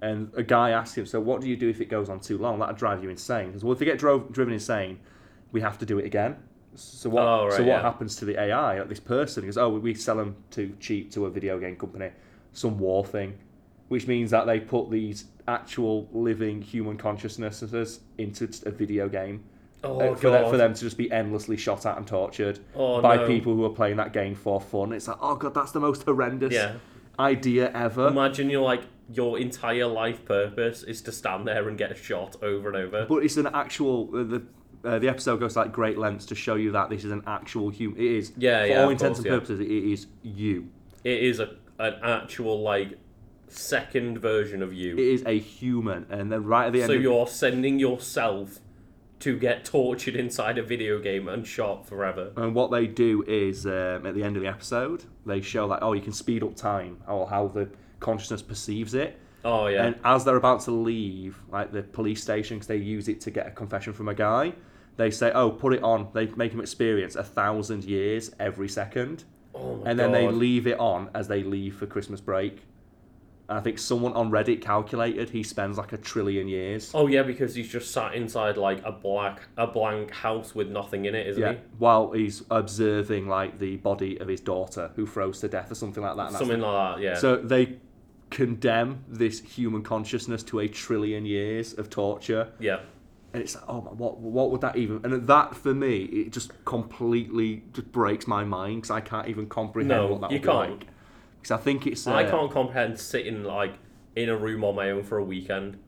S2: And a guy asked him, "So what do you do if it goes on too long? That'd drive you insane." He says, "Well, if they get drove, driven insane, we have to do it again." So what?
S1: Oh, right,
S2: so what
S1: yeah.
S2: happens to the AI? Like this person he goes, "Oh, we sell them too cheap to a video game company, some war thing," which means that they put these actual living human consciousnesses into a video game.
S1: Oh
S2: uh,
S1: god.
S2: for, them, for them to just be endlessly shot at and tortured
S1: Oh,
S2: by
S1: no.
S2: people who are playing that game for fun. It's like, oh god, that's the most horrendous
S1: Yeah.
S2: idea ever.
S1: Imagine you're like your entire life purpose is to stand there and get shot over and over.
S2: But it's an actual uh, the. Uh, the episode goes to like great lengths to show you that this is an actual human. It is,
S1: Yeah,
S2: for
S1: yeah,
S2: all
S1: of
S2: intents
S1: course,
S2: and
S1: yeah.
S2: purposes, it is you.
S1: It is a an actual like second version of you.
S2: It is a human, and then right at the end,
S1: So
S2: of,
S1: you're sending yourself to get tortured inside a video game and shot forever.
S2: and what they do is um, at the end of the episode, they show like, oh, you can speed up time, or how the consciousness perceives it.
S1: Oh yeah.
S2: And as they're about to leave, like the police station, because they use it to get a confession from a guy, they say, "Oh, put it on." They make him experience a thousand years every second.
S1: Oh my
S2: and then they
S1: God.
S2: leave it on as they leave for Christmas break. And I think someone on Reddit calculated he spends like a trillion years.
S1: Oh yeah, because he's just sat inside like a black a blank house with nothing in it, isn't
S2: Yeah,
S1: he?
S2: while he's observing like the body of his daughter who froze to death or something like that. and that's
S1: Something like that. Yeah.
S2: So they condemn this human consciousness to a trillion years of torture,
S1: yeah.
S2: and it's like, oh my, what, what would that even? And that for me, it just completely just breaks my mind because I can't even comprehend
S1: No,
S2: what that
S1: you
S2: would be
S1: can't.
S2: like. Because I think it's uh,
S1: I can't comprehend sitting like in a room on my own for a weekend,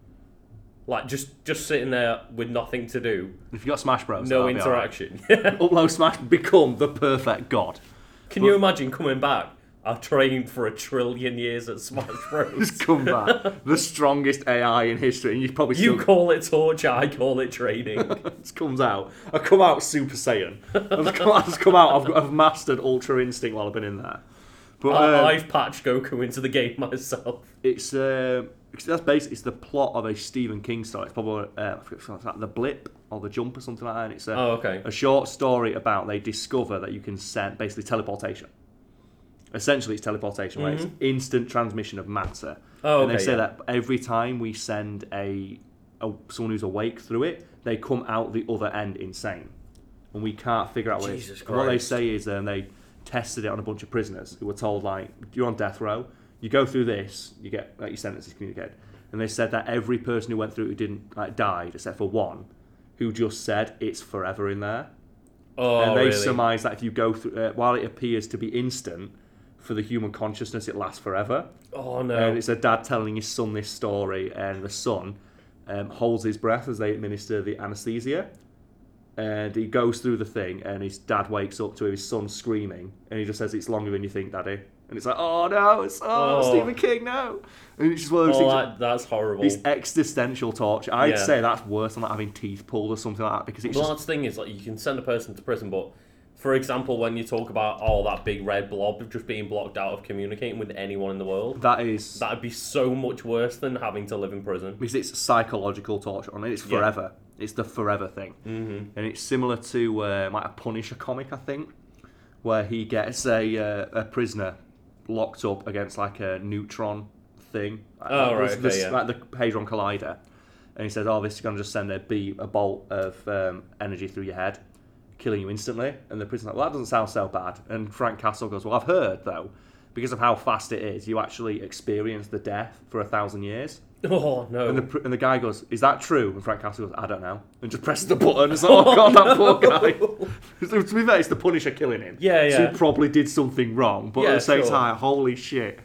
S1: like just just sitting there with nothing to do,
S2: If you got Smash Bros,
S1: no
S2: that'd be alright. *laughs*
S1: interaction. *laughs*
S2: Upload Smash, become the perfect god. *laughs*
S1: Can you imagine coming back? I trained for a trillion years at Smash
S2: *laughs*
S1: Bros.
S2: Just come back, the strongest AI in history, and you probably still
S1: you call it torture, I call it
S2: *laughs*
S1: training.
S2: This comes out. I come out Super Saiyan. *laughs* I've come, I've come out. I've, I've mastered Ultra Instinct while I've been in there. But
S1: I,
S2: um,
S1: I've patched Goku into the game *laughs* myself.
S2: it's uh, it's- that's basically it's the plot of a Stephen King story. It's probably uh, I forget, it's like the Blip or the Jump or something like that. And it's a,
S1: Oh, okay.
S2: a short story about they discover that you can send basically teleportation. Essentially, it's teleportation, where
S1: Mm-hmm.
S2: it's instant transmission of matter.
S1: Oh,
S2: and they
S1: okay,
S2: say
S1: yeah.
S2: that every time we send a, a someone who's awake through it, they come out the other end insane, and we can't figure out what it is.
S1: Jesus
S2: And What they
S1: Christ.
S2: say is, um, they tested it on a bunch of prisoners who were told like, "You're on death row. You go through this, you get like, your sentence is communicated." And they said that every person who went through it who didn't like died except for one, who just said it's forever in there
S1: Oh,
S2: and they
S1: really?
S2: surmise that if you go through, uh, while it appears to be instant for the human consciousness, it lasts forever.
S1: oh
S2: And
S1: no.
S2: it's a dad telling his son this story, and the son um, holds his breath as they administer the anesthesia. And he goes through the thing, and his dad wakes up to his son screaming, and he just says, "It's longer than you think, Daddy." And it's like, "Oh no, it's oh,
S1: Oh.
S2: Stephen King, no!" And it's just one of those
S1: Oh,
S2: things.
S1: that, that's horrible.
S2: it's existential torture. I'd
S1: Yeah.
S2: say that's worse than like, having teeth pulled or something like that because it's
S1: The
S2: just
S1: last thing is like you can send a person to prison, but for example, when you talk about oh that big red blob of just being blocked out of communicating with anyone in the world,
S2: that is
S1: that'd be so much worse than having to live in prison. *laughs*
S2: because it's psychological torture and it's
S1: Yeah.
S2: forever. It's the forever thing, mm-hmm. and it's similar to uh, like a Punisher comic, I think, where he gets a uh, a prisoner locked up against like a neutron thing, like,
S1: Oh, right,
S2: the,
S1: okay, yeah.
S2: like the hadron collider, and he says, "Oh, this is gonna just send a beam, a bolt of um, energy through your head." Killing you instantly, and the prisoner's like, "Well, that doesn't sound so bad." And Frank Castle goes, "Well, I've heard though, because of how fast it is, you actually experience the death for a thousand years."
S1: Oh no.
S2: And the, pr- and the guy goes, "Is that true?" And Frank Castle goes, "I don't know," and just presses the button. It's like, "Oh god,
S1: *laughs*
S2: that poor guy." *laughs* So to be fair, it's the Punisher killing him.
S1: Yeah,
S2: So
S1: yeah.
S2: he probably did something wrong, but at
S1: Yeah,
S2: the same
S1: sure.
S2: time, holy shit!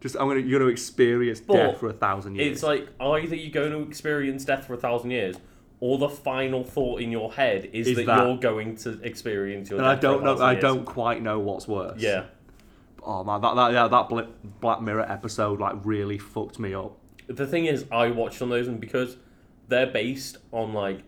S2: Just I'm gonna you're gonna experience death for a thousand years.
S1: It's like either you're going to experience death for a thousand years, or the final thought in your head is,
S2: Is
S1: that,
S2: that.
S1: you're going to experience your
S2: and I
S1: death.
S2: don't
S1: for a
S2: know.
S1: thousand
S2: I
S1: years.
S2: don't quite know what's worse.
S1: Yeah.
S2: Oh man, that that yeah, that Bla- Black Mirror episode like really fucked me up.
S1: The thing is, I watched on those, and because they're based on like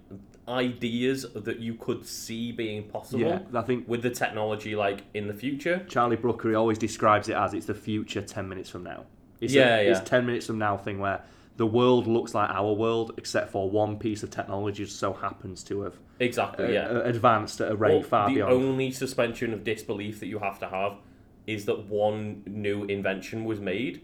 S1: ideas that you could see being possible.
S2: Yeah, I think
S1: With the technology, like in the future,
S2: Charlie Brooker he always describes it as it's the future 10 minutes from now. It's
S1: Yeah,
S2: a,
S1: yeah.
S2: It's 10 minutes from now thing where the world looks like our world except for one piece of technology just so happens to have uh,
S1: exactly. yeah,
S2: uh, advanced at a rate
S1: Well,
S2: far
S1: the
S2: beyond.
S1: only suspension of disbelief that you have to have is that one new invention was made,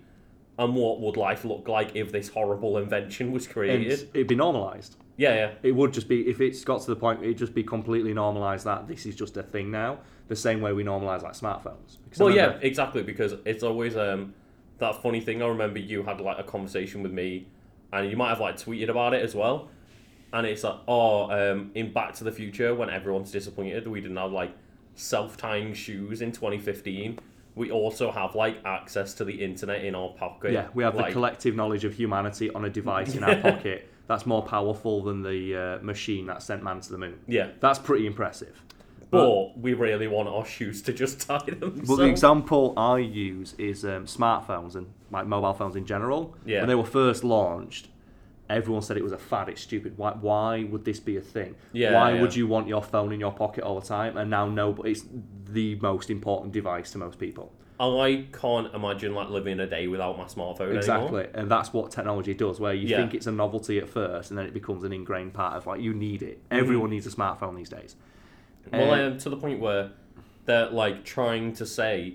S1: and what would life look like if this horrible invention was
S2: And
S1: created?
S2: it'd be normalized.
S1: Yeah, yeah.
S2: It would just be if it's got to the point it'd just be completely normalized that this is just a thing now, the same way we normalize like smartphones. Because I
S1: Well, yeah,
S2: remember-
S1: exactly. Because it's always um that funny thing. I remember you had like a conversation with me, and you might have like tweeted about it as well. And it's like, oh, um, in Back to the Future, when everyone's disappointed, we didn't have like self-tying shoes in 2015. We also have like access to the internet in our pocket.
S2: Yeah, we have the
S1: Like,
S2: collective knowledge of humanity on a
S1: *laughs*
S2: device in our pocket that's more powerful than the uh, machine that sent man to the moon.
S1: Yeah,
S2: That's pretty impressive.
S1: but we really want our shoes to just *laughs* tie them.
S2: But the example I use is um, smartphones and like mobile phones in general.
S1: Yeah.
S2: When they were first launched, everyone said it was a fad. It's stupid. Why? Why would this be a thing?
S1: Yeah,
S2: Why
S1: yeah.
S2: would you want your phone in your pocket all the time? And now no, but it's the most important device to most people.
S1: I can't imagine like living a day without my smartphone anymore.
S2: Exactly. And that's what technology does. Where you
S1: Yeah.
S2: think it's a novelty at first, and then it becomes an
S1: Mm-hmm.
S2: ingrained part of like you need it. Everyone needs a smartphone these days.
S1: Well,
S2: Uh,
S1: um, to the point where that like trying to say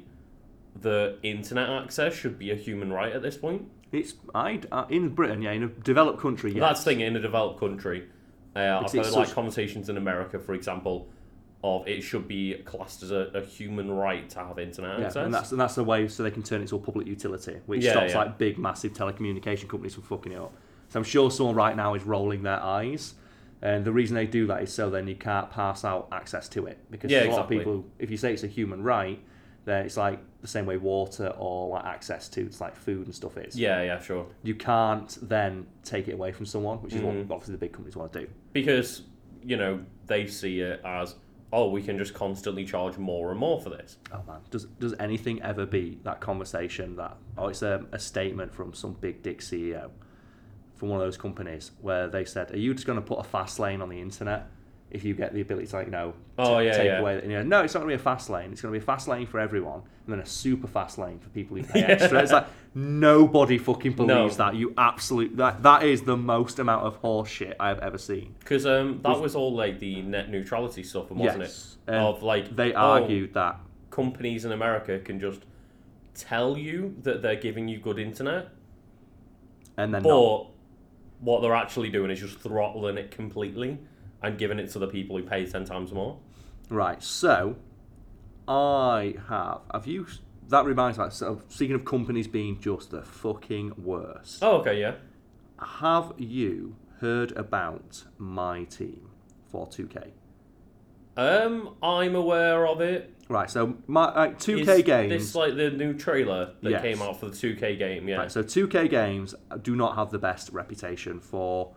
S1: that internet access should be a human right at this point.
S2: It's I uh, in Britain, yeah, in a developed country, yeah.
S1: That's the thing in a developed country. Uh, I've
S2: It's-
S1: heard
S2: it's
S1: like
S2: such-
S1: conversations in America, for example, of it should be classed as a, a human right to have internet
S2: yeah,
S1: access.
S2: and that's and that's the way so they can turn it to a public utility, which
S1: Yeah,
S2: stops
S1: yeah.
S2: like big, massive telecommunication companies from fucking it up. So I'm sure someone right now is rolling their eyes, and the reason they do that is so then you can't pass out access to it because
S1: Yeah,
S2: there's a lot of
S1: exactly.
S2: people. If you say it's a human right, then it's like the same way water or like access to it's like food and stuff is.
S1: yeah, yeah, sure.
S2: You can't then take it away from someone, which is what
S1: Mhm.
S2: obviously the big companies want to do.
S1: Because, you know, they see it as, oh, we can just constantly charge more and more for this.
S2: Oh man, does does anything ever beat that conversation that oh it's a, a statement from some big dick CEO from one of those companies where they said, Are you just gonna put a fast lane on the internet if you get the ability to like, you know,
S1: Oh,
S2: t-
S1: yeah,
S2: take
S1: yeah.
S2: away and you know, no, it's not gonna be a fast lane, it's gonna be a fast lane for everyone and then a super fast lane for people who pay
S1: Yeah.
S2: extra. It's like nobody fucking
S1: No.
S2: believes that. You absolute that that is the most amount of horse shit I have ever seen.
S1: Because um, that was all like the net neutrality stuff, wasn't
S2: Yes.
S1: it?
S2: Um,
S1: of like
S2: They
S1: oh,
S2: argued that
S1: companies in America can just tell you that they're giving you good internet,
S2: and then
S1: but
S2: not.
S1: what they're actually doing is just throttling it completely and giving it to the people who pay ten times more.
S2: Right, so I have. Have you? That reminds me. So speaking of companies being just the fucking worst,
S1: Oh, okay, yeah.
S2: have you heard about my team for two K?
S1: Um, I'm aware of it.
S2: Right, so my uh, two K
S1: Is
S2: games.
S1: This like the new trailer that
S2: Yes.
S1: came out for the 2K game. Yeah.
S2: Right, so 2K games do not have the best reputation for,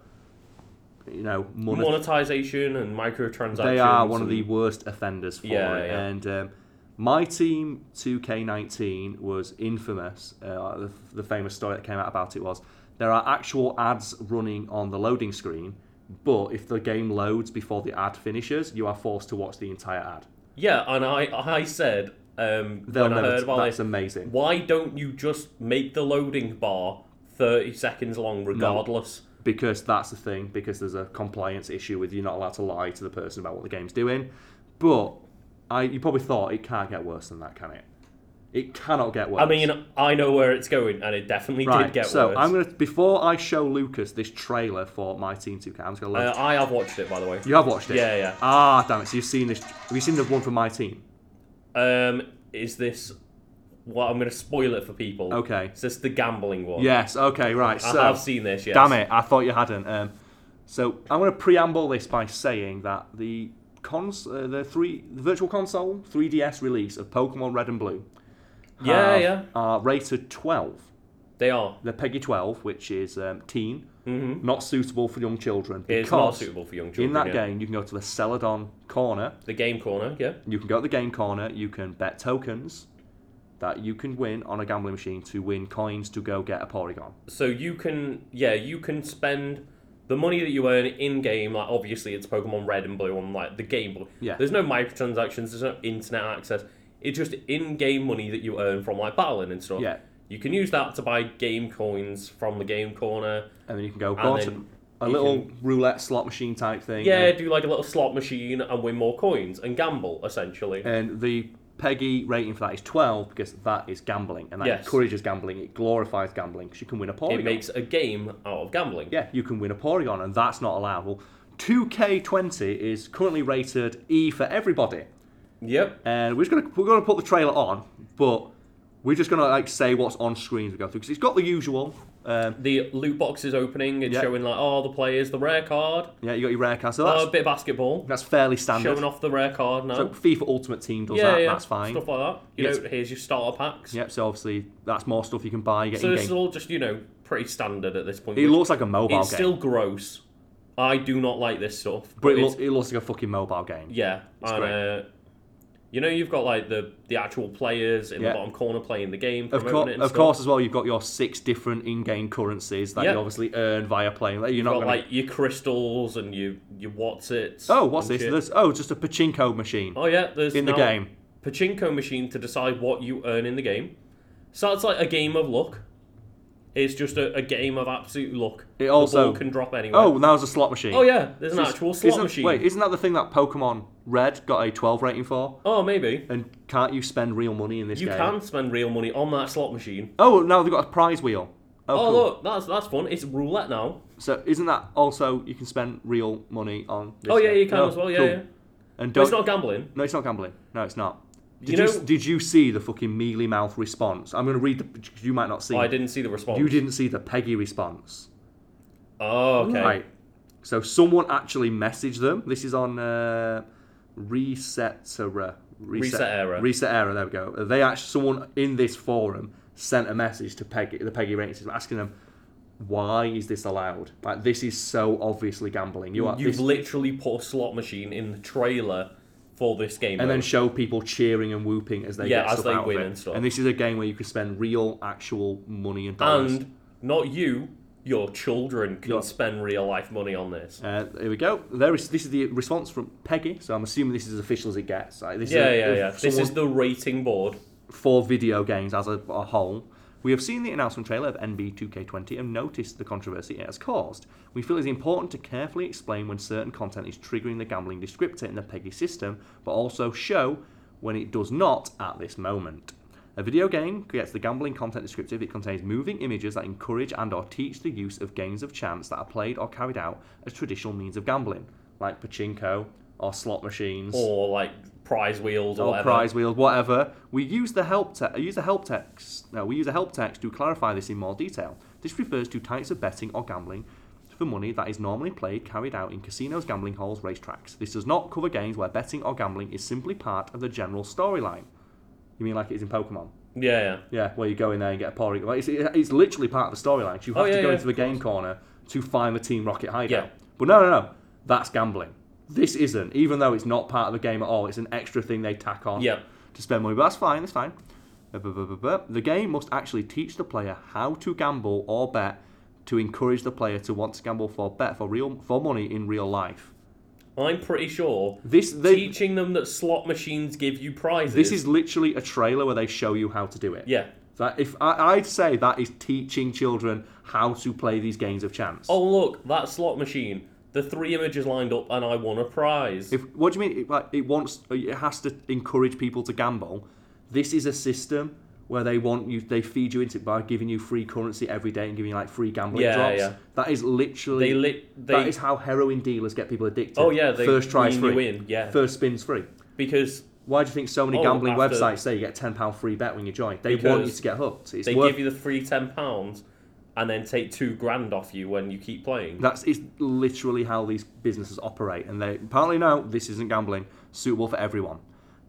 S2: you know, monetary
S1: Monetization and microtransactions.
S2: They are one of
S1: and-
S2: the worst offenders for
S1: Yeah,
S2: it.
S1: yeah.
S2: And um, my team, 2K19, was infamous. Uh, the, the famous story that came out about it was there are actual ads running on the loading screen, but if the game loads before the ad finishes, you are forced to watch the entire ad.
S1: Yeah, and I I said um
S2: They'll
S1: when I
S2: never.
S1: heard about
S2: that's
S1: it,
S2: amazing.
S1: why don't you just make the loading bar thirty seconds long regardless?
S2: Because that's the thing, because there's a compliance issue with you're not allowed to lie to the person about what the game's doing. But I, you probably thought it can't get worse than that, can it? It cannot get worse.
S1: I mean, I know where it's going, and it definitely did get
S2: so
S1: worse.
S2: I'm gonna before I show Lucas this trailer for my Team 2K, I'm just gonna. Let
S1: Uh, I have watched it by the way.
S2: you have watched it.
S1: Yeah, yeah.
S2: Ah, damn it! So you've seen this? Have you seen the one for my team?
S1: Um, is this? Well, I'm going to spoil it for people.
S2: Okay.
S1: Is this the gambling one?
S2: Yes. Okay. Right.
S1: I
S2: So
S1: have seen this. Yes.
S2: damn it! I thought you hadn't. Um, so I'm gonna preamble this by saying that the cons, uh, the three, the virtual console 3DS release of Pokemon Red and Blue.
S1: Yeah,
S2: have-
S1: yeah.
S2: Are rated 12.
S1: They are.
S2: They're PEGI 12, which is um, teen,
S1: Mm-hmm.
S2: not suitable for young children.
S1: It's not
S2: because
S1: suitable for young children.
S2: In that
S1: yeah.
S2: game, you can go to the Celadon corner.
S1: The game corner. Yeah.
S2: You can go to the game corner, you can bet tokens that you can win on a gambling machine to win coins to go get a Porygon.
S1: So you can, yeah, you can spend the money that you earn in game. Like obviously, it's Pokemon Red and Blue on like the Game Boy.
S2: Yeah.
S1: There's no microtransactions. There's no internet access. It's just in-game money that you earn from like battling and stuff.
S2: Yeah.
S1: You can use that to buy game coins from the game corner.
S2: And then you can go
S1: And
S2: go
S1: then
S2: to a
S1: you
S2: little roulette slot machine type thing.
S1: Yeah, do like a little slot machine and win more coins and gamble essentially.
S2: And, and the Peggy rating for that is 12 because that is gambling and that
S1: Yes.
S2: encourages gambling. It glorifies gambling because you can win a Porygon.
S1: It makes a game out of gambling.
S2: yeah, you can win a Porygon and that's not allowable. 2K20 is currently rated E for everybody.
S1: Yep.
S2: and we're just gonna we're gonna put the trailer on, but we're just gonna like say what's on screen as we go through because it's got the usual. Um,
S1: The loot box is opening. It's
S2: Yeah.
S1: showing like, oh, the players, the rare card,
S2: yeah, you got your rare cards, so that's
S1: oh, a bit of basketball,
S2: that's fairly standard.
S1: showing off the rare card now.
S2: So FIFA Ultimate Team does that. That's fine.
S1: Stuff like that. You
S2: Yes.
S1: know, here's your starter packs.
S2: Yep. So obviously that's more stuff you can buy. You get
S1: So
S2: in
S1: this is
S2: game.
S1: all just you know pretty standard at this point.
S2: It
S1: which-
S2: looks like a mobile
S1: it's
S2: game,
S1: still gross. I do not like this stuff.
S2: but it,
S1: it's-
S2: loo- it looks like a fucking mobile game.
S1: yeah, and
S2: great.
S1: uh, you know you've got like the the actual players in
S2: Yeah.
S1: the bottom corner playing the game,
S2: Of,
S1: promoting
S2: cour-
S1: it. And
S2: of
S1: stuff.
S2: course, as well, you've got your six different in-game currencies that
S1: Yeah.
S2: you obviously earn via playing. Like, You're
S1: You've
S2: not
S1: got
S2: gonna.
S1: like your crystals and your your what's it.
S2: oh, what's this? There's, oh, just a pachinko machine
S1: Oh yeah, there's
S2: in the
S1: now
S2: game.
S1: pachinko machine to decide what you earn in the game. So it's like a game of luck. It's just a, a game of absolute luck.
S2: It also-
S1: the ball can drop anywhere.
S2: Oh, that was a slot machine.
S1: Oh, yeah, there's an
S2: Just-
S1: actual slot
S2: isn't-
S1: machine.
S2: Wait, isn't that the thing that Pokemon Red got a 12 rating for?
S1: Oh, maybe
S2: And can't you spend real money in this
S1: you
S2: game?
S1: can spend real money on that slot machine.
S2: Oh, now they've got a prize wheel. Oh,
S1: Oh,
S2: cool.
S1: look, that's that's fun. It's roulette now.
S2: So isn't that also you can spend real money on? This
S1: Oh yeah,
S2: game?
S1: you can
S2: No,
S1: as well. Yeah,
S2: cool.
S1: yeah. But
S2: And don't.
S1: it's not gambling.
S2: No, it's not gambling. No, it's not. Did
S1: You
S2: you,
S1: know-
S2: s- did you see the fucking mealy mouth response? I'm going to read the. 'cause You might not see.
S1: Oh, I didn't see the response.
S2: You didn't see the Peggy response.
S1: Oh, okay.
S2: Right. So someone actually messaged them. This is on uh, Resetera.
S1: Reset Era.
S2: Reset Era. There we go. They actually someone in this forum sent a message to Peggy, the Peggy rating system, asking them why is this allowed? Like this is so obviously gambling. You are
S1: You've
S2: this-
S1: literally put a slot machine in the trailer for this game.
S2: and
S1: mode.
S2: then show people cheering and whooping as they
S1: Yeah,
S2: get
S1: as
S2: stuff
S1: they
S2: out of
S1: win
S2: it.
S1: and stuff.
S2: this is a game where you can spend real, actual money and dollars.
S1: and not you, your children can
S2: Your-
S1: spend real life money on this.
S2: Uh, here we go. There is this is the response from Peggy. So I'm assuming this is as official as it gets. Like, this
S1: Yeah,
S2: is
S1: yeah, yeah. This
S2: someone-
S1: is the rating board.
S2: for video games as a, a whole. We have seen the announcement trailer of NB 2K20 and noticed the controversy it has caused. We feel it is important to carefully explain when certain content is triggering the gambling descriptor in the Peggy system, but also show when it does not at this moment. A video game creates the gambling content descriptor if it contains moving images that encourage and or teach the use of games of chance that are played or carried out as traditional means of gambling, like pachinko or slot machines
S1: Or like prize wheels or,
S2: or
S1: whatever.
S2: Oh, prize wheels, whatever. We use the help te- use a help text. No, we use a help text to clarify this in more detail. This refers to types of betting or gambling for money that is normally played carried out in casinos, gambling halls, racetracks. This does not cover games where betting or gambling is simply part of the general storyline. You mean like it is in Pokemon?
S1: Yeah, yeah.
S2: Yeah, where you go in there and get a Porygon. Like, it's, it's literally part of the storyline. 'cause You have
S1: Oh,
S2: to
S1: yeah,
S2: go
S1: yeah,
S2: into the game corner to find the Team Rocket hideout.
S1: Yeah.
S2: But no, no, no. That's gambling. This isn't, even though it's not part of the game at all. It's an extra thing they tack on
S1: Yeah.
S2: to spend money. But that's fine, that's fine. Uh, buh, buh, buh, buh. The game must actually teach the player how to gamble or bet to encourage the player to want to gamble for bet for real for money in real life.
S1: I'm pretty sure
S2: This they,
S1: teaching them that slot machines give you prizes.
S2: this is literally a trailer where they show you how to do it.
S1: yeah.
S2: That if I, I'd say that is teaching children how to play these games of chance.
S1: Oh look, that slot machine. The three images lined up, and I won a prize.
S2: If what do you mean? It, like, it wants it has to encourage people to gamble. This is a system where they want you. They feed you into it by giving you free currency every day and giving you like free gambling
S1: Yeah,
S2: drops.
S1: yeah.
S2: That is literally.
S1: they li-
S2: that
S1: they
S2: is how heroin dealers get people addicted.
S1: Oh, yeah, they
S2: first tries
S1: lean you
S2: free.
S1: in, yeah.
S2: First spins free.
S1: because
S2: Why do you think so many
S1: Oh,
S2: gambling
S1: after-
S2: websites say you get ten pound free bet when you join? They want
S1: Because
S2: you to get hooked. It's
S1: they
S2: worth
S1: give you the free ten pounds and then take two grand off you when you keep playing.
S2: That's it's literally how these businesses operate, and they apparently know this isn't gambling suitable for everyone.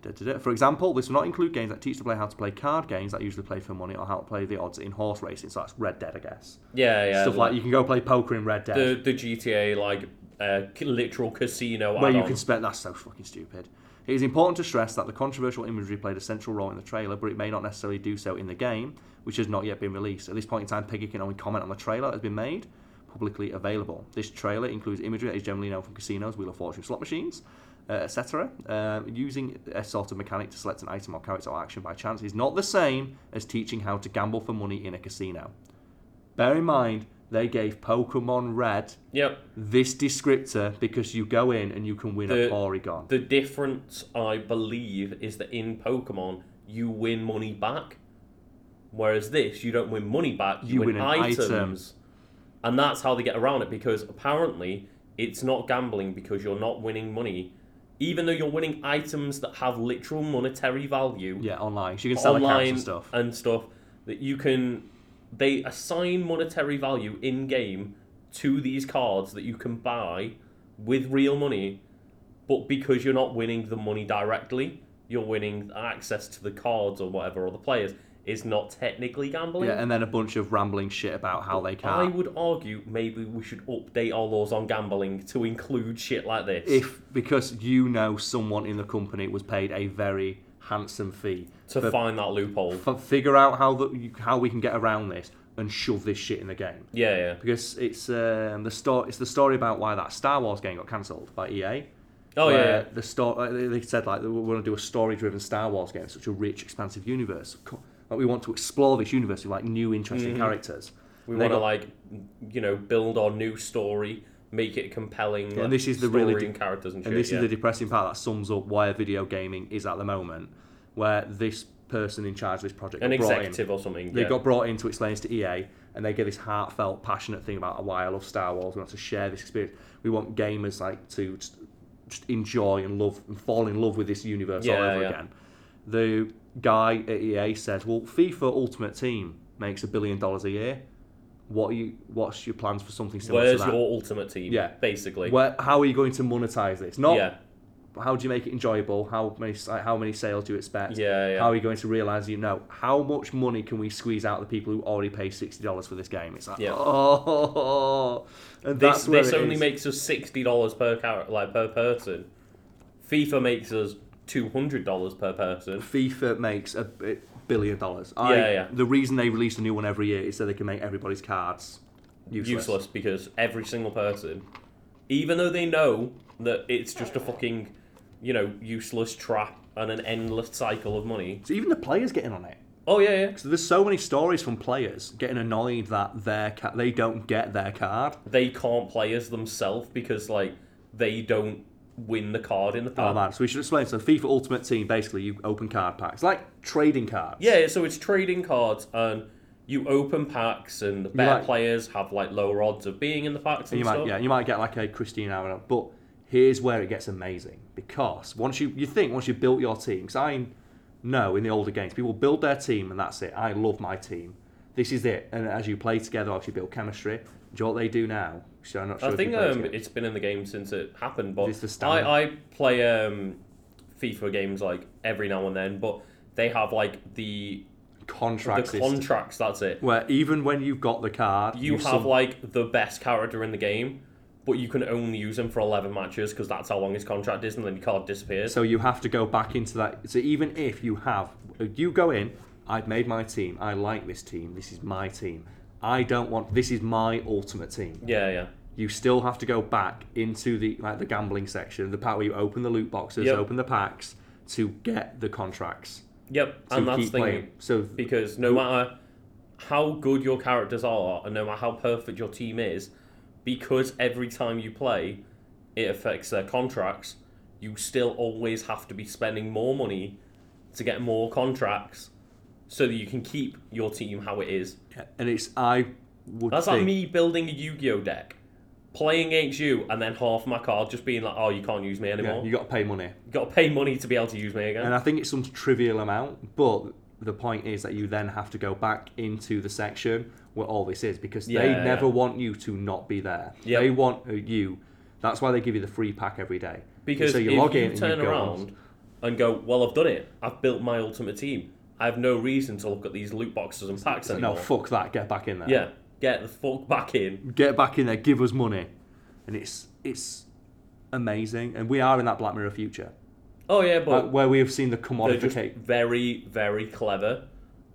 S2: Da-da-da. For example, this will not include games that teach the player how to play card games that are usually play for money or how to play the odds in horse racing. So that's Red Dead, I guess.
S1: yeah, yeah.
S2: Stuff like you can go play poker in Red Dead,
S1: the the GTA like uh, c- literal casino
S2: where
S1: add-on.
S2: you can spend. That's so fucking stupid. It is important to stress that the controversial imagery played a central role in the trailer, but it may not necessarily do so in the game, which has not yet been released. At this point in time, Peggy can only comment on the trailer that has been made publicly available. This trailer includes imagery that is generally known from casinos, Wheel of Fortune, slot machines, uh, etc. Uh, using a sort of mechanic to select an item or character or action by chance is not the same as teaching how to gamble for money in a casino. Bear in mind, they gave Pokemon Red
S1: Yep.
S2: this descriptor because you go in and you can win
S1: The-
S2: a Porygon.
S1: The difference, I believe, is that in Pokemon you win money back, whereas this you don't win money back. You,
S2: You
S1: win,
S2: win an
S1: items,
S2: item.
S1: and that's how they get around it because apparently it's not gambling because you're not winning money, even though you're winning items that have literal monetary value.
S2: yeah, online. So you can sell accounts
S1: online
S2: and stuff.
S1: stuff that you can they assign monetary value in game to these cards that you can buy with real money but because you're not winning the money directly you're winning access to the cards or whatever or the players is not technically gambling
S2: Yeah, and then a bunch of rambling shit about how they
S1: I
S2: can.
S1: would argue maybe we should update our laws on gambling to include shit like this.
S2: If because you know someone in the company was paid a very handsome fee
S1: to find that loophole.
S2: f- figure out how the, how we can get around this and shove this shit in the game.
S1: Yeah, yeah.
S2: Because it's um, the story. It's the story about why that Star Wars game got cancelled by E EA.
S1: Oh, yeah,
S2: where
S1: yeah.
S2: The story they they said like we want to do a story-driven Star Wars game, such a rich, expansive universe. Co- Like we want to explore this universe with like new, interesting characters.
S1: Mm-hmm. We
S2: And they
S1: want to
S2: got-
S1: like, you know, build our new story, make it compelling.
S2: And
S1: like,
S2: this is the
S1: story
S2: really de-
S1: and characters and shit.
S2: and this
S1: yeah.
S2: is the depressing part that sums up where video gaming is at the moment, where this person in charge of this project
S1: an
S2: got brought in.
S1: executive or something.
S2: They
S1: yeah.
S2: got brought in to explain this to EA, and they get this heartfelt, passionate thing about why I love Star Wars. We want to share this experience. We want gamers like to just, just enjoy and love and fall in love with this universe all
S1: Yeah,
S2: over
S1: yeah.
S2: again. The guy at EA says, "Well, FIFA Ultimate Team makes a billion dollars a year. What are you? What's your plans for something similar
S1: Where's
S2: to
S1: your
S2: that?
S1: ultimate team?
S2: Yeah.
S1: basically.
S2: Where, how are you going to monetize this? Not
S1: yeah,
S2: how do you make it enjoyable? How many like, how many sales do you expect?
S1: yeah, yeah.
S2: How are you going to realize you know how much money can we squeeze out of the people who already pay sixty dollars for this game? It's like
S1: Yeah.
S2: oh, *laughs* and
S1: this
S2: that's where
S1: this
S2: it
S1: only
S2: is.
S1: makes us sixty dollars per character, like per person. FIFA makes us two hundred dollars per person.
S2: FIFA makes a b- billion dollars. I-
S1: Yeah, yeah.
S2: The reason they release a new one every year is so they can make everybody's cards useless.
S1: Useless. because every single person, even though they know that it's just a fucking, you know, useless trap and an endless cycle of money.
S2: So even the players getting on it.
S1: Oh yeah, yeah.
S2: So there's so many stories from players getting annoyed that their ca- they don't get their card.
S1: They can't play as themselves because like they don't win the card in the
S2: Oh
S1: pack.
S2: man, so we should explain. So FIFA Ultimate Team, basically, you open card packs like trading cards.
S1: Yeah, so it's trading cards and you open packs and the better
S2: might-
S1: players have like lower odds of being in the packs and
S2: you
S1: stuff.
S2: might yeah you might get like a Christina Ronaldo, but here's where it gets amazing because once you you think once you built your team because I know in the older games people build their team and that's it I love my team this is it and as you play together obviously build chemistry do you know what they do now so I'm not sure
S1: I
S2: if you
S1: think
S2: play
S1: um,
S2: together.
S1: it's been in the game since it happened, but
S2: It's the standard.
S1: I, I play um, FIFA games like every now and then, but they have like the
S2: contract
S1: the
S2: system
S1: contracts. That's it.
S2: where even when you've got the card
S1: You
S2: you've
S1: have
S2: some-
S1: like the best character in the game, but you can only use him for eleven matches because that's how long his contract is, and then your card disappears.
S2: So you have to go back into that. So even if you have, you go in, I've made my team, I like this team, this is my team. I don't want, this is my ultimate team.
S1: Yeah, yeah.
S2: You still have to go back into the like the gambling section, the part where you open the loot boxes,
S1: Yep.
S2: open the packs to get the contracts
S1: Yep,
S2: to
S1: and that's
S2: keep
S1: the thing.
S2: playing. So
S1: because no matter how good your characters are and no matter how perfect your team is, because every time you play, it affects their contracts. You still always have to be spending more money to get more contracts, so that you can keep your team how it is.
S2: and it's I would
S1: That's
S2: think,
S1: like me building a Yu-Gi-Oh deck, playing against you, and then half my card just being like, "Oh, you can't use me
S2: yeah,
S1: anymore.
S2: you
S1: you
S2: got to pay money.
S1: got to pay money to be able to use me again."
S2: And I think it's some trivial amount, but the point is that you then have to go back into the section where all this is because they
S1: Yeah,
S2: never
S1: yeah.
S2: want you to not be there.
S1: Yep.
S2: They want uh, you. That's why they give you the free pack every day.
S1: Because
S2: so you
S1: if
S2: log
S1: you
S2: in and
S1: turn
S2: you go on.
S1: around and go, well, I've done it. I've built my ultimate team. I have no reason to look at these loot boxes and packs
S2: So,
S1: anymore.
S2: no, fuck that. Get back in there.
S1: yeah, get the fuck back in.
S2: Get back in there. Give us money. And it's it's amazing. And we are in that Black Mirror future
S1: Oh yeah,
S2: like,
S1: but
S2: where we have seen the
S1: they're just
S2: commodification.
S1: very, very clever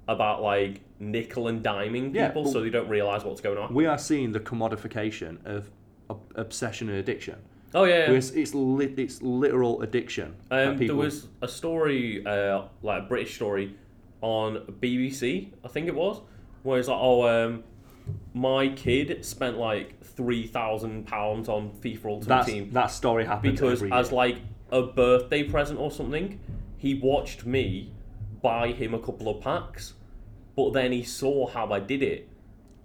S1: about like nickel and diming
S2: Yeah,
S1: people,
S2: but-
S1: so they don't realize what's going on.
S2: We are seeing the commodification of ob- obsession and addiction.
S1: Oh yeah, yeah.
S2: It's, it's, li- it's literal addiction. that
S1: Um, there
S2: people-
S1: was a story, uh, like a British story, on BBC, I think it was, where it's like, oh, um, my kid spent like three thousand pounds on FIFA Ultimate
S2: That's,
S1: Team
S2: that story happens
S1: because
S2: every
S1: as
S2: year.
S1: like a birthday present or something, he watched me buy him a couple of packs, but then he saw how I did it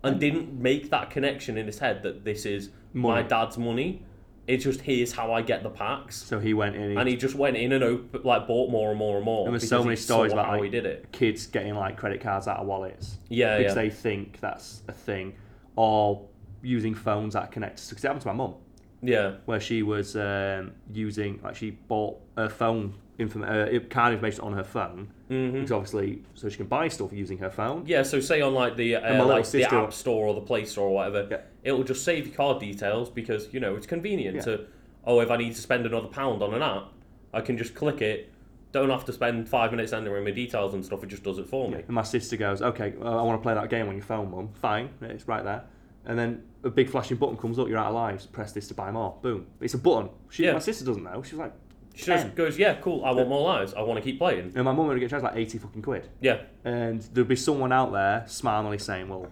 S1: and didn't make that connection in his head that this is my
S2: Money.
S1: dad's money. It's just here's how I get the packs.
S2: so he went in and,
S1: And he just went in and op- like bought more and more and more.
S2: there was
S1: because
S2: so
S1: he
S2: many stories
S1: saw
S2: about
S1: how
S2: like,
S1: he did it.
S2: kids getting like credit cards out of wallets
S1: Yeah,
S2: because
S1: yeah.
S2: they think that's a thing, or using phones that connect. Because it happened to my mum
S1: Yeah,
S2: where she was um, using like she bought her phone inform- uh, card information on her phone
S1: Mm-hmm.
S2: because obviously so she can buy stuff using her phone.
S1: yeah. So say on like the
S2: my
S1: uh,
S2: little
S1: like the
S2: sister-
S1: app store or the Play Store or whatever,
S2: Yeah.
S1: it'll just save your card details because you know it's convenient
S2: Yeah.
S1: to. Oh, if I need to spend another pound on an app, I can just click it. Don't have to spend five minutes entering my details and stuff. It just does it for me.
S2: And my sister goes, "Okay, well, I want to play that game on your phone, mum. Fine, it's right there." And then a big flashing button comes up. You're out of lives. Press this to buy more. Boom. It's a button. She,
S1: Yeah.
S2: my sister doesn't know. She's like,
S1: She just
S2: Ten.
S1: goes, yeah, cool. I want more lives. I want to keep playing.
S2: and my mum would get charged like eighty fucking quid.
S1: Yeah,
S2: And there'd be someone out there smilingly saying, "Well,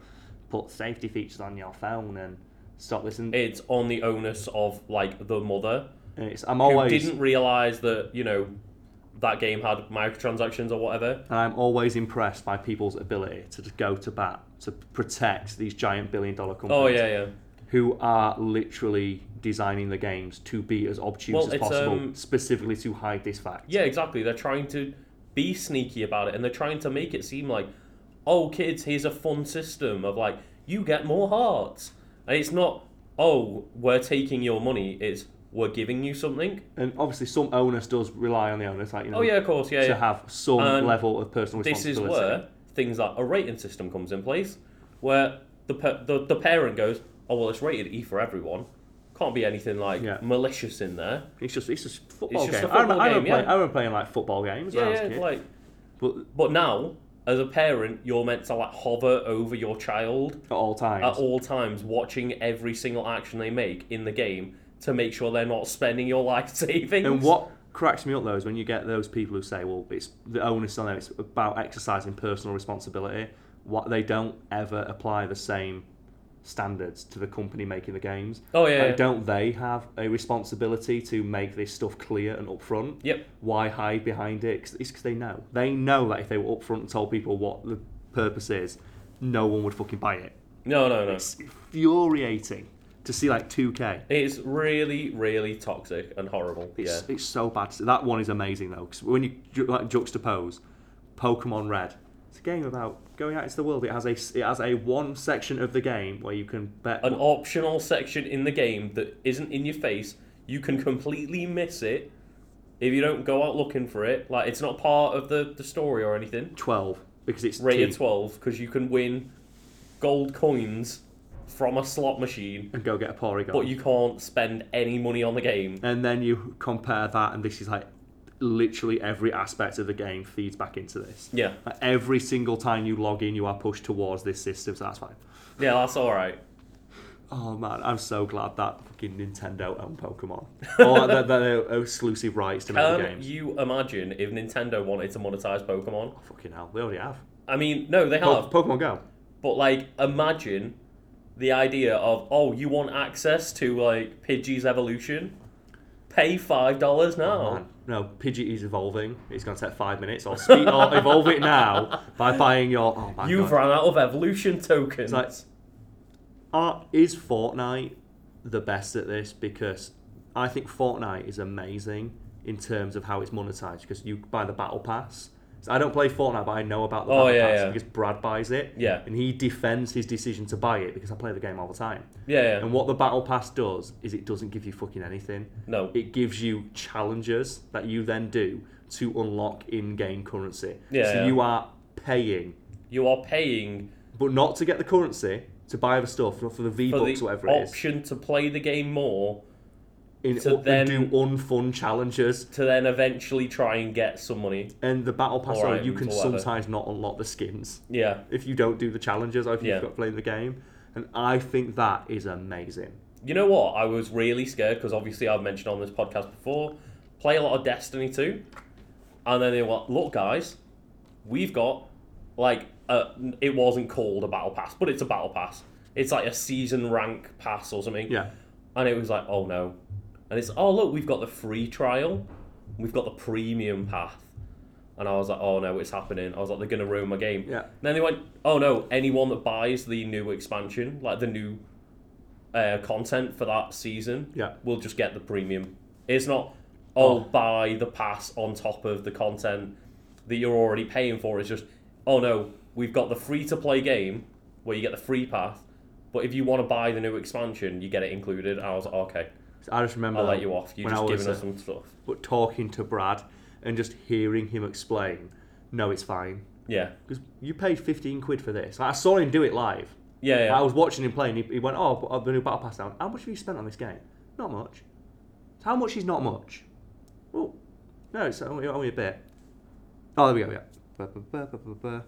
S2: put safety features on your phone and stop listening.
S1: It's on the onus of like the mother
S2: And it's, I'm
S1: who
S2: always
S1: didn't realize that you know that game had microtransactions or whatever.
S2: and I'm always impressed by people's ability to just go to bat to protect these giant billion dollar companies
S1: Oh yeah, yeah.
S2: who are literally designing the games to be as obtuse
S1: Well,
S2: as
S1: it's,
S2: possible,
S1: um,
S2: specifically to hide this fact.
S1: Yeah, exactly. They're trying to be sneaky about it and they're trying to make it seem like, oh, kids, here's a fun system of like, you get more hearts. And it's not, oh, we're taking your money, it's we're giving you something.
S2: And obviously, some onus does rely on the onus, like you know,
S1: Oh, yeah, of course, yeah.
S2: Mm. to
S1: yeah.
S2: have some
S1: And
S2: level of personal
S1: This is
S2: responsibility.
S1: where things like a rating system comes in place, where the, pa- the, the parent goes, oh, well, it's rated E for everyone. Can't be anything like
S2: Yeah.
S1: malicious in there.
S2: It's just it's just football
S1: It's just
S2: game.
S1: a
S2: I remember,
S1: football
S2: I, remember
S1: game,
S2: playing,
S1: yeah.
S2: I remember playing like football games when I was
S1: Yeah,
S2: a
S1: yeah,
S2: kid.
S1: like
S2: but
S1: but now as a parent, you're meant to like hover over your child
S2: at all times,
S1: at all times watching every single action they make in the game to make sure they're not spending your *laughs* life savings.
S2: And what cracks me up though is when you get those people who say, "Well, it's the onus on them. It's about exercising personal responsibility." What they don't ever apply the same standards to the company making the games.
S1: Oh yeah.
S2: Like,
S1: yeah.
S2: don't they have a responsibility to make this stuff clear and upfront?
S1: Yep.
S2: Why hide behind it? 'Cause- It's because they know. They know that if they were upfront and told people what the purpose is, no one would fucking buy it.
S1: No, no, no.
S2: It's infuriating to see like 2K.
S1: It's really, really toxic and horrible. Yeah.
S2: It's, it's so bad. That one is amazing though, 'cause when you ju- like juxtapose Pokemon Red, it's a game about going out into the world. It has a s- it has a one section of the game where you can bet.
S1: An optional section in the game that isn't in your face. You can completely miss it if you don't go out looking for it. Like it's not part of the, the story or anything.
S2: 12 because it's
S1: Rated
S2: tea,
S1: twelve because you can win gold coins from a slot machine,
S2: and go get a Porygon.
S1: but you can't spend any money on the game.
S2: and then you compare that, and this is like literally every aspect of the game feeds back into this.
S1: Yeah.
S2: Like, every single time you log in, you are pushed towards this system, so that's fine.
S1: Yeah, that's all right.
S2: Oh man, I'm so glad that fucking Nintendo
S1: *laughs*
S2: owned Pokemon. or that that they own exclusive rights to make the
S1: Can
S2: games.
S1: Um, you imagine if Nintendo wanted to monetize Pokemon?
S2: Fucking hell, they already have.
S1: I mean, no, they
S2: Po-
S1: have,
S2: Pokemon Go.
S1: but like, imagine the idea of oh, you want access to like Pidgey's evolution? Pay five dollars now.
S2: Oh, Man, no, Pidgey is evolving. It's going to take five minutes. Or,
S1: *laughs*
S2: speed, or evolve it now by buying your. Oh my
S1: You've
S2: god.
S1: run out of evolution tokens.
S2: like- Are- is Fortnite the best at this? Because I think Fortnite is amazing in terms of how it's monetized. Because you buy the Battle Pass. So I don't play Fortnite, but I know about the
S1: Oh,
S2: Battle
S1: yeah,
S2: Pass
S1: yeah.
S2: because Brad buys it.
S1: Yeah.
S2: And he defends his decision to buy it because I play the game all the time.
S1: yeah, yeah.
S2: And what the Battle Pass does is it doesn't give you fucking anything.
S1: no.
S2: it gives you challenges that you then do to unlock in-game currency.
S1: Yeah,
S2: so
S1: yeah.
S2: you are paying,
S1: You are paying
S2: but not to get the currency to buy the stuff, not for the V
S1: for
S2: bucks,
S1: the
S2: whatever it is.
S1: option to play the game more
S2: In,
S1: to
S2: and
S1: then-
S2: do unfun challenges,
S1: to then eventually try and get some money.
S2: and the battle pass.
S1: Or
S2: are you
S1: items
S2: can
S1: or whatever.
S2: sometimes not unlock the skins
S1: Yeah.
S2: if you don't do the challenges or if
S1: Yeah.
S2: you've got playing the game. And I think that is amazing.
S1: You know what? I was really scared because obviously I've mentioned on this podcast before, play a lot of Destiny 2. And then they were like, look, guys, we've got, like, a, it wasn't called a battle pass, but it's a battle pass. It's like a season rank pass or something.
S2: Yeah,
S1: And it was like, oh no. And it's, oh, look, we've got the free trial, we've got the premium path. And I was like, oh no, it's happening. I was like, they're going to ruin my game.
S2: yeah.
S1: Then they went, oh no, anyone that buys the new expansion, like the new uh, content for that season,
S2: Yeah.
S1: will just get the premium. It's not, oh,
S2: Oh.
S1: buy the pass on top of the content that you're already paying for. It's just, oh no, we've got the free to play game where you get the free path, but if you want to buy the new expansion, you get it included. And I was like, okay,
S2: I just remember
S1: I'll let
S2: that
S1: you off. You're
S2: Um, when I
S1: just giving
S2: was a-
S1: us some stuff.
S2: But talking to Brad and just hearing him explain, no, it's fine.
S1: Yeah.
S2: Because you paid 15 quid for this. Like, I saw him do it live.
S1: Yeah, yeah.
S2: I was watching him play and he, he went, Oh, but the new Battle Pass down. How much have you spent on this game? Not much. So how much is not much? Well, no, it's only, only a bit. Oh, there we go, yeah. Ba, ba, ba, ba, ba, ba.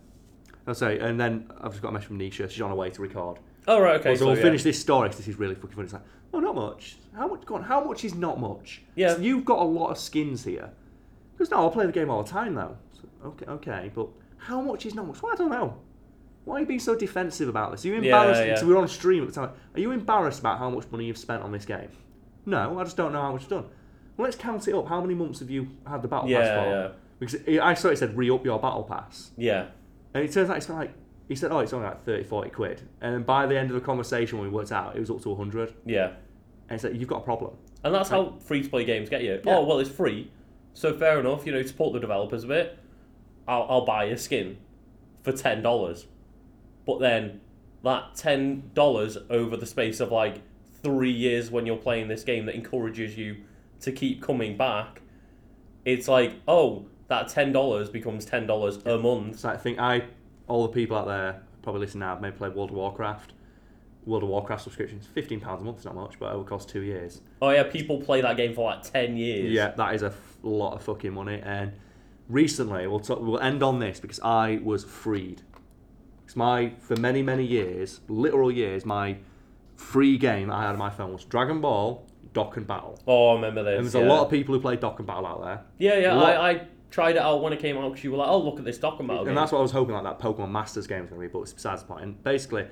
S2: Oh, sorry, and then I've just got a message from Nisha. She's on her way to record.
S1: oh, right, okay.
S2: Well, so
S1: so,
S2: we'll
S1: yeah.
S2: finish this story 'cause this is really fucking funny. It's like, oh, not much. How much? Go on. How much is not much?
S1: Yeah.
S2: So you've got a lot of skins here. Because no, I play the game all the time though. So, okay, okay, but how much is not much? Well, I don't know. why are you being so defensive about this? Are you
S1: Yeah,
S2: embarrassed?
S1: yeah.
S2: So we were on stream at the time. Are you embarrassed about how much money you've spent on this game? No, I just don't know how much you've done. Well, let's count it up. How many months have you had the battle pass
S1: Yeah,
S2: for?
S1: yeah,
S2: Because it, I saw it said re up your battle pass.
S1: yeah.
S2: And it turns out it's like, he said, oh, it's only like 30, 40 quid. And then by the end of the conversation, when we worked out, it was up to 100.
S1: yeah.
S2: And it's like, you've got a problem.
S1: And that's how free to play games get you.
S2: Yeah.
S1: Oh well, it's free, so fair enough. You know, support the developers a bit. I'll, I'll buy a skin for ten dollars, but then that ten dollars over the space of like three years when you're playing this game that encourages you to keep coming back. It's like oh, that ten dollars becomes ten dollars a month.
S2: So I think I, all the people out there probably listening now, have maybe played World of Warcraft. World of Warcraft subscriptions, fifteen pounds a month is not much, but it will cost two years.
S1: Oh yeah, people play that game for like ten years.
S2: Yeah, that is a f- lot of fucking money. And recently, we'll talk, we'll end on this because I was freed. Because my for many many years, literal years, my free game I had on my phone was Dragon Ball Dock and Battle.
S1: Oh, I remember this.
S2: And there's
S1: yeah.
S2: a lot of people who play Dock and Battle out there.
S1: Yeah, yeah.
S2: lot-
S1: I, I tried it out when it came out because you were like, oh look at this document.
S2: And that's what I was hoping like that Pokemon Masters game was going to be, but it's besides the point. And basically,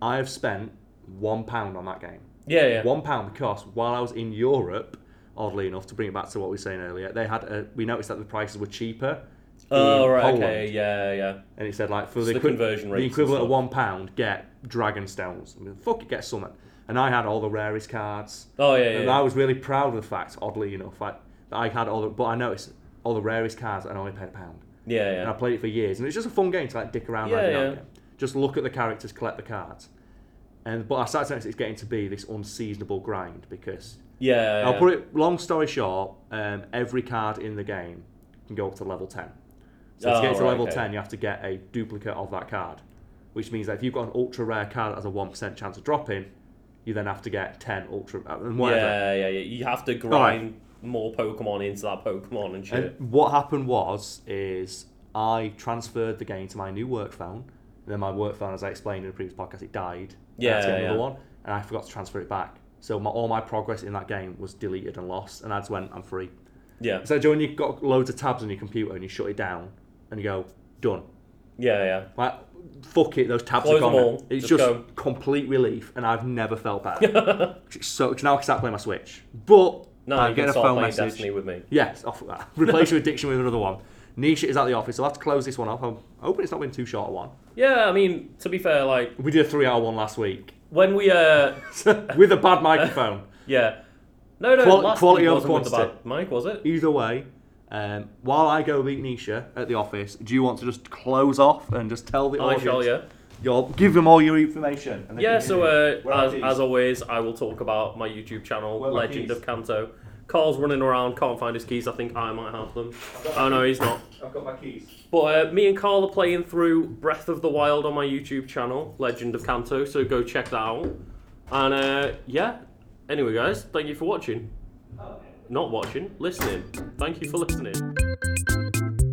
S2: I have spent one pound on that game.
S1: Yeah, yeah.
S2: One pound because while I was in Europe, oddly enough, to bring it back to what we were saying earlier, they had a, we noticed that the prices were cheaper.
S1: Oh,
S2: in
S1: right,
S2: Poland.
S1: okay, yeah, yeah.
S2: And it said like for
S1: So
S2: the,
S1: the
S2: equi-
S1: conversion rates
S2: the
S1: and
S2: equivalent of
S1: stuff.
S2: one pound, get dragon stones. I mean, fuck it, get something. And I had all the rarest cards.
S1: Oh, yeah, yeah.
S2: And
S1: yeah.
S2: I was really proud of the fact, oddly enough, like, that I had all the, but I noticed all the rarest cards and I only paid a pound.
S1: yeah,
S2: And
S1: yeah.
S2: I played it for years, and it's just a fun game to like dick around.
S1: Yeah,
S2: like, you know,
S1: yeah.
S2: Just look at the characters, collect the cards, and but I started to notice it's getting to be this unseasonable grind because
S1: Yeah, yeah.
S2: I'll put it. Long story short, um, every card in the game can go up to level ten. So
S1: Oh,
S2: to get to
S1: right,
S2: level
S1: okay.
S2: ten, you have to get a duplicate of that card, which means that if you've got an ultra rare card that has a one percent chance of dropping, you then have to get ten ultra uh, and whatever.
S1: Yeah, yeah, yeah. You have to grind more Pokemon into that Pokemon and shit.
S2: And what happened was is I transferred the game to my new work phone. And then my work phone, as I explained in a previous podcast, it died. And I had to
S1: Yeah,
S2: get another
S1: yeah.
S2: one, and I forgot to transfer it back. So my, all my progress in that game was deleted and lost, and I just went, I'm free.
S1: yeah,
S2: So when you've got loads of tabs on your computer and you shut it down and you go, done.
S1: yeah, yeah.
S2: Like, fuck it, those tabs
S1: Close
S2: are gone.
S1: them all,
S2: It's
S1: just
S2: just,
S1: go.
S2: complete relief, and I've never
S1: *laughs*
S2: felt better. so 'cause now I can start playing my Switch. But
S1: No,
S2: I
S1: you
S2: get
S1: can
S2: a
S1: start
S2: phone
S1: playing
S2: message.
S1: Destiny with me.
S2: Yes, off *laughs* replace your addiction with another one. Nisha is at the office. I'll have to close this one up. I'm hoping it's not been too short a one.
S1: Yeah, I mean, to be fair, like
S2: We did a three hour one last week *laughs*
S1: when we uh,
S2: with a
S1: *laughs*
S2: bad microphone.
S1: yeah, no, no,
S2: Quali-
S1: last
S2: quality
S1: week
S2: over
S1: wasn't with the
S2: quantity.
S1: bad mic, was it?
S2: Either way, um, while I go meet Nisha at the office, do you want to just close off and just tell the
S1: I
S2: audience?
S1: shall, yeah.
S2: You'll give them all your information. and they
S1: Yeah,
S2: can
S1: so
S2: hear you. Where
S1: uh,
S2: are
S1: as,
S2: these?
S1: as always, I will talk about my YouTube channel,
S2: Where are my
S1: Legend
S2: keys?
S1: of Kanto. Carl's running around, can't find his keys. I think I might have them. Oh no, he's not.
S2: I've got my keys.
S1: But uh, me and Carl are playing through Breath of the Wild on my YouTube channel, Legend of Kanto, so go check that out. And uh, yeah, anyway, guys, thank you for watching. Not watching, listening. Thank you for listening.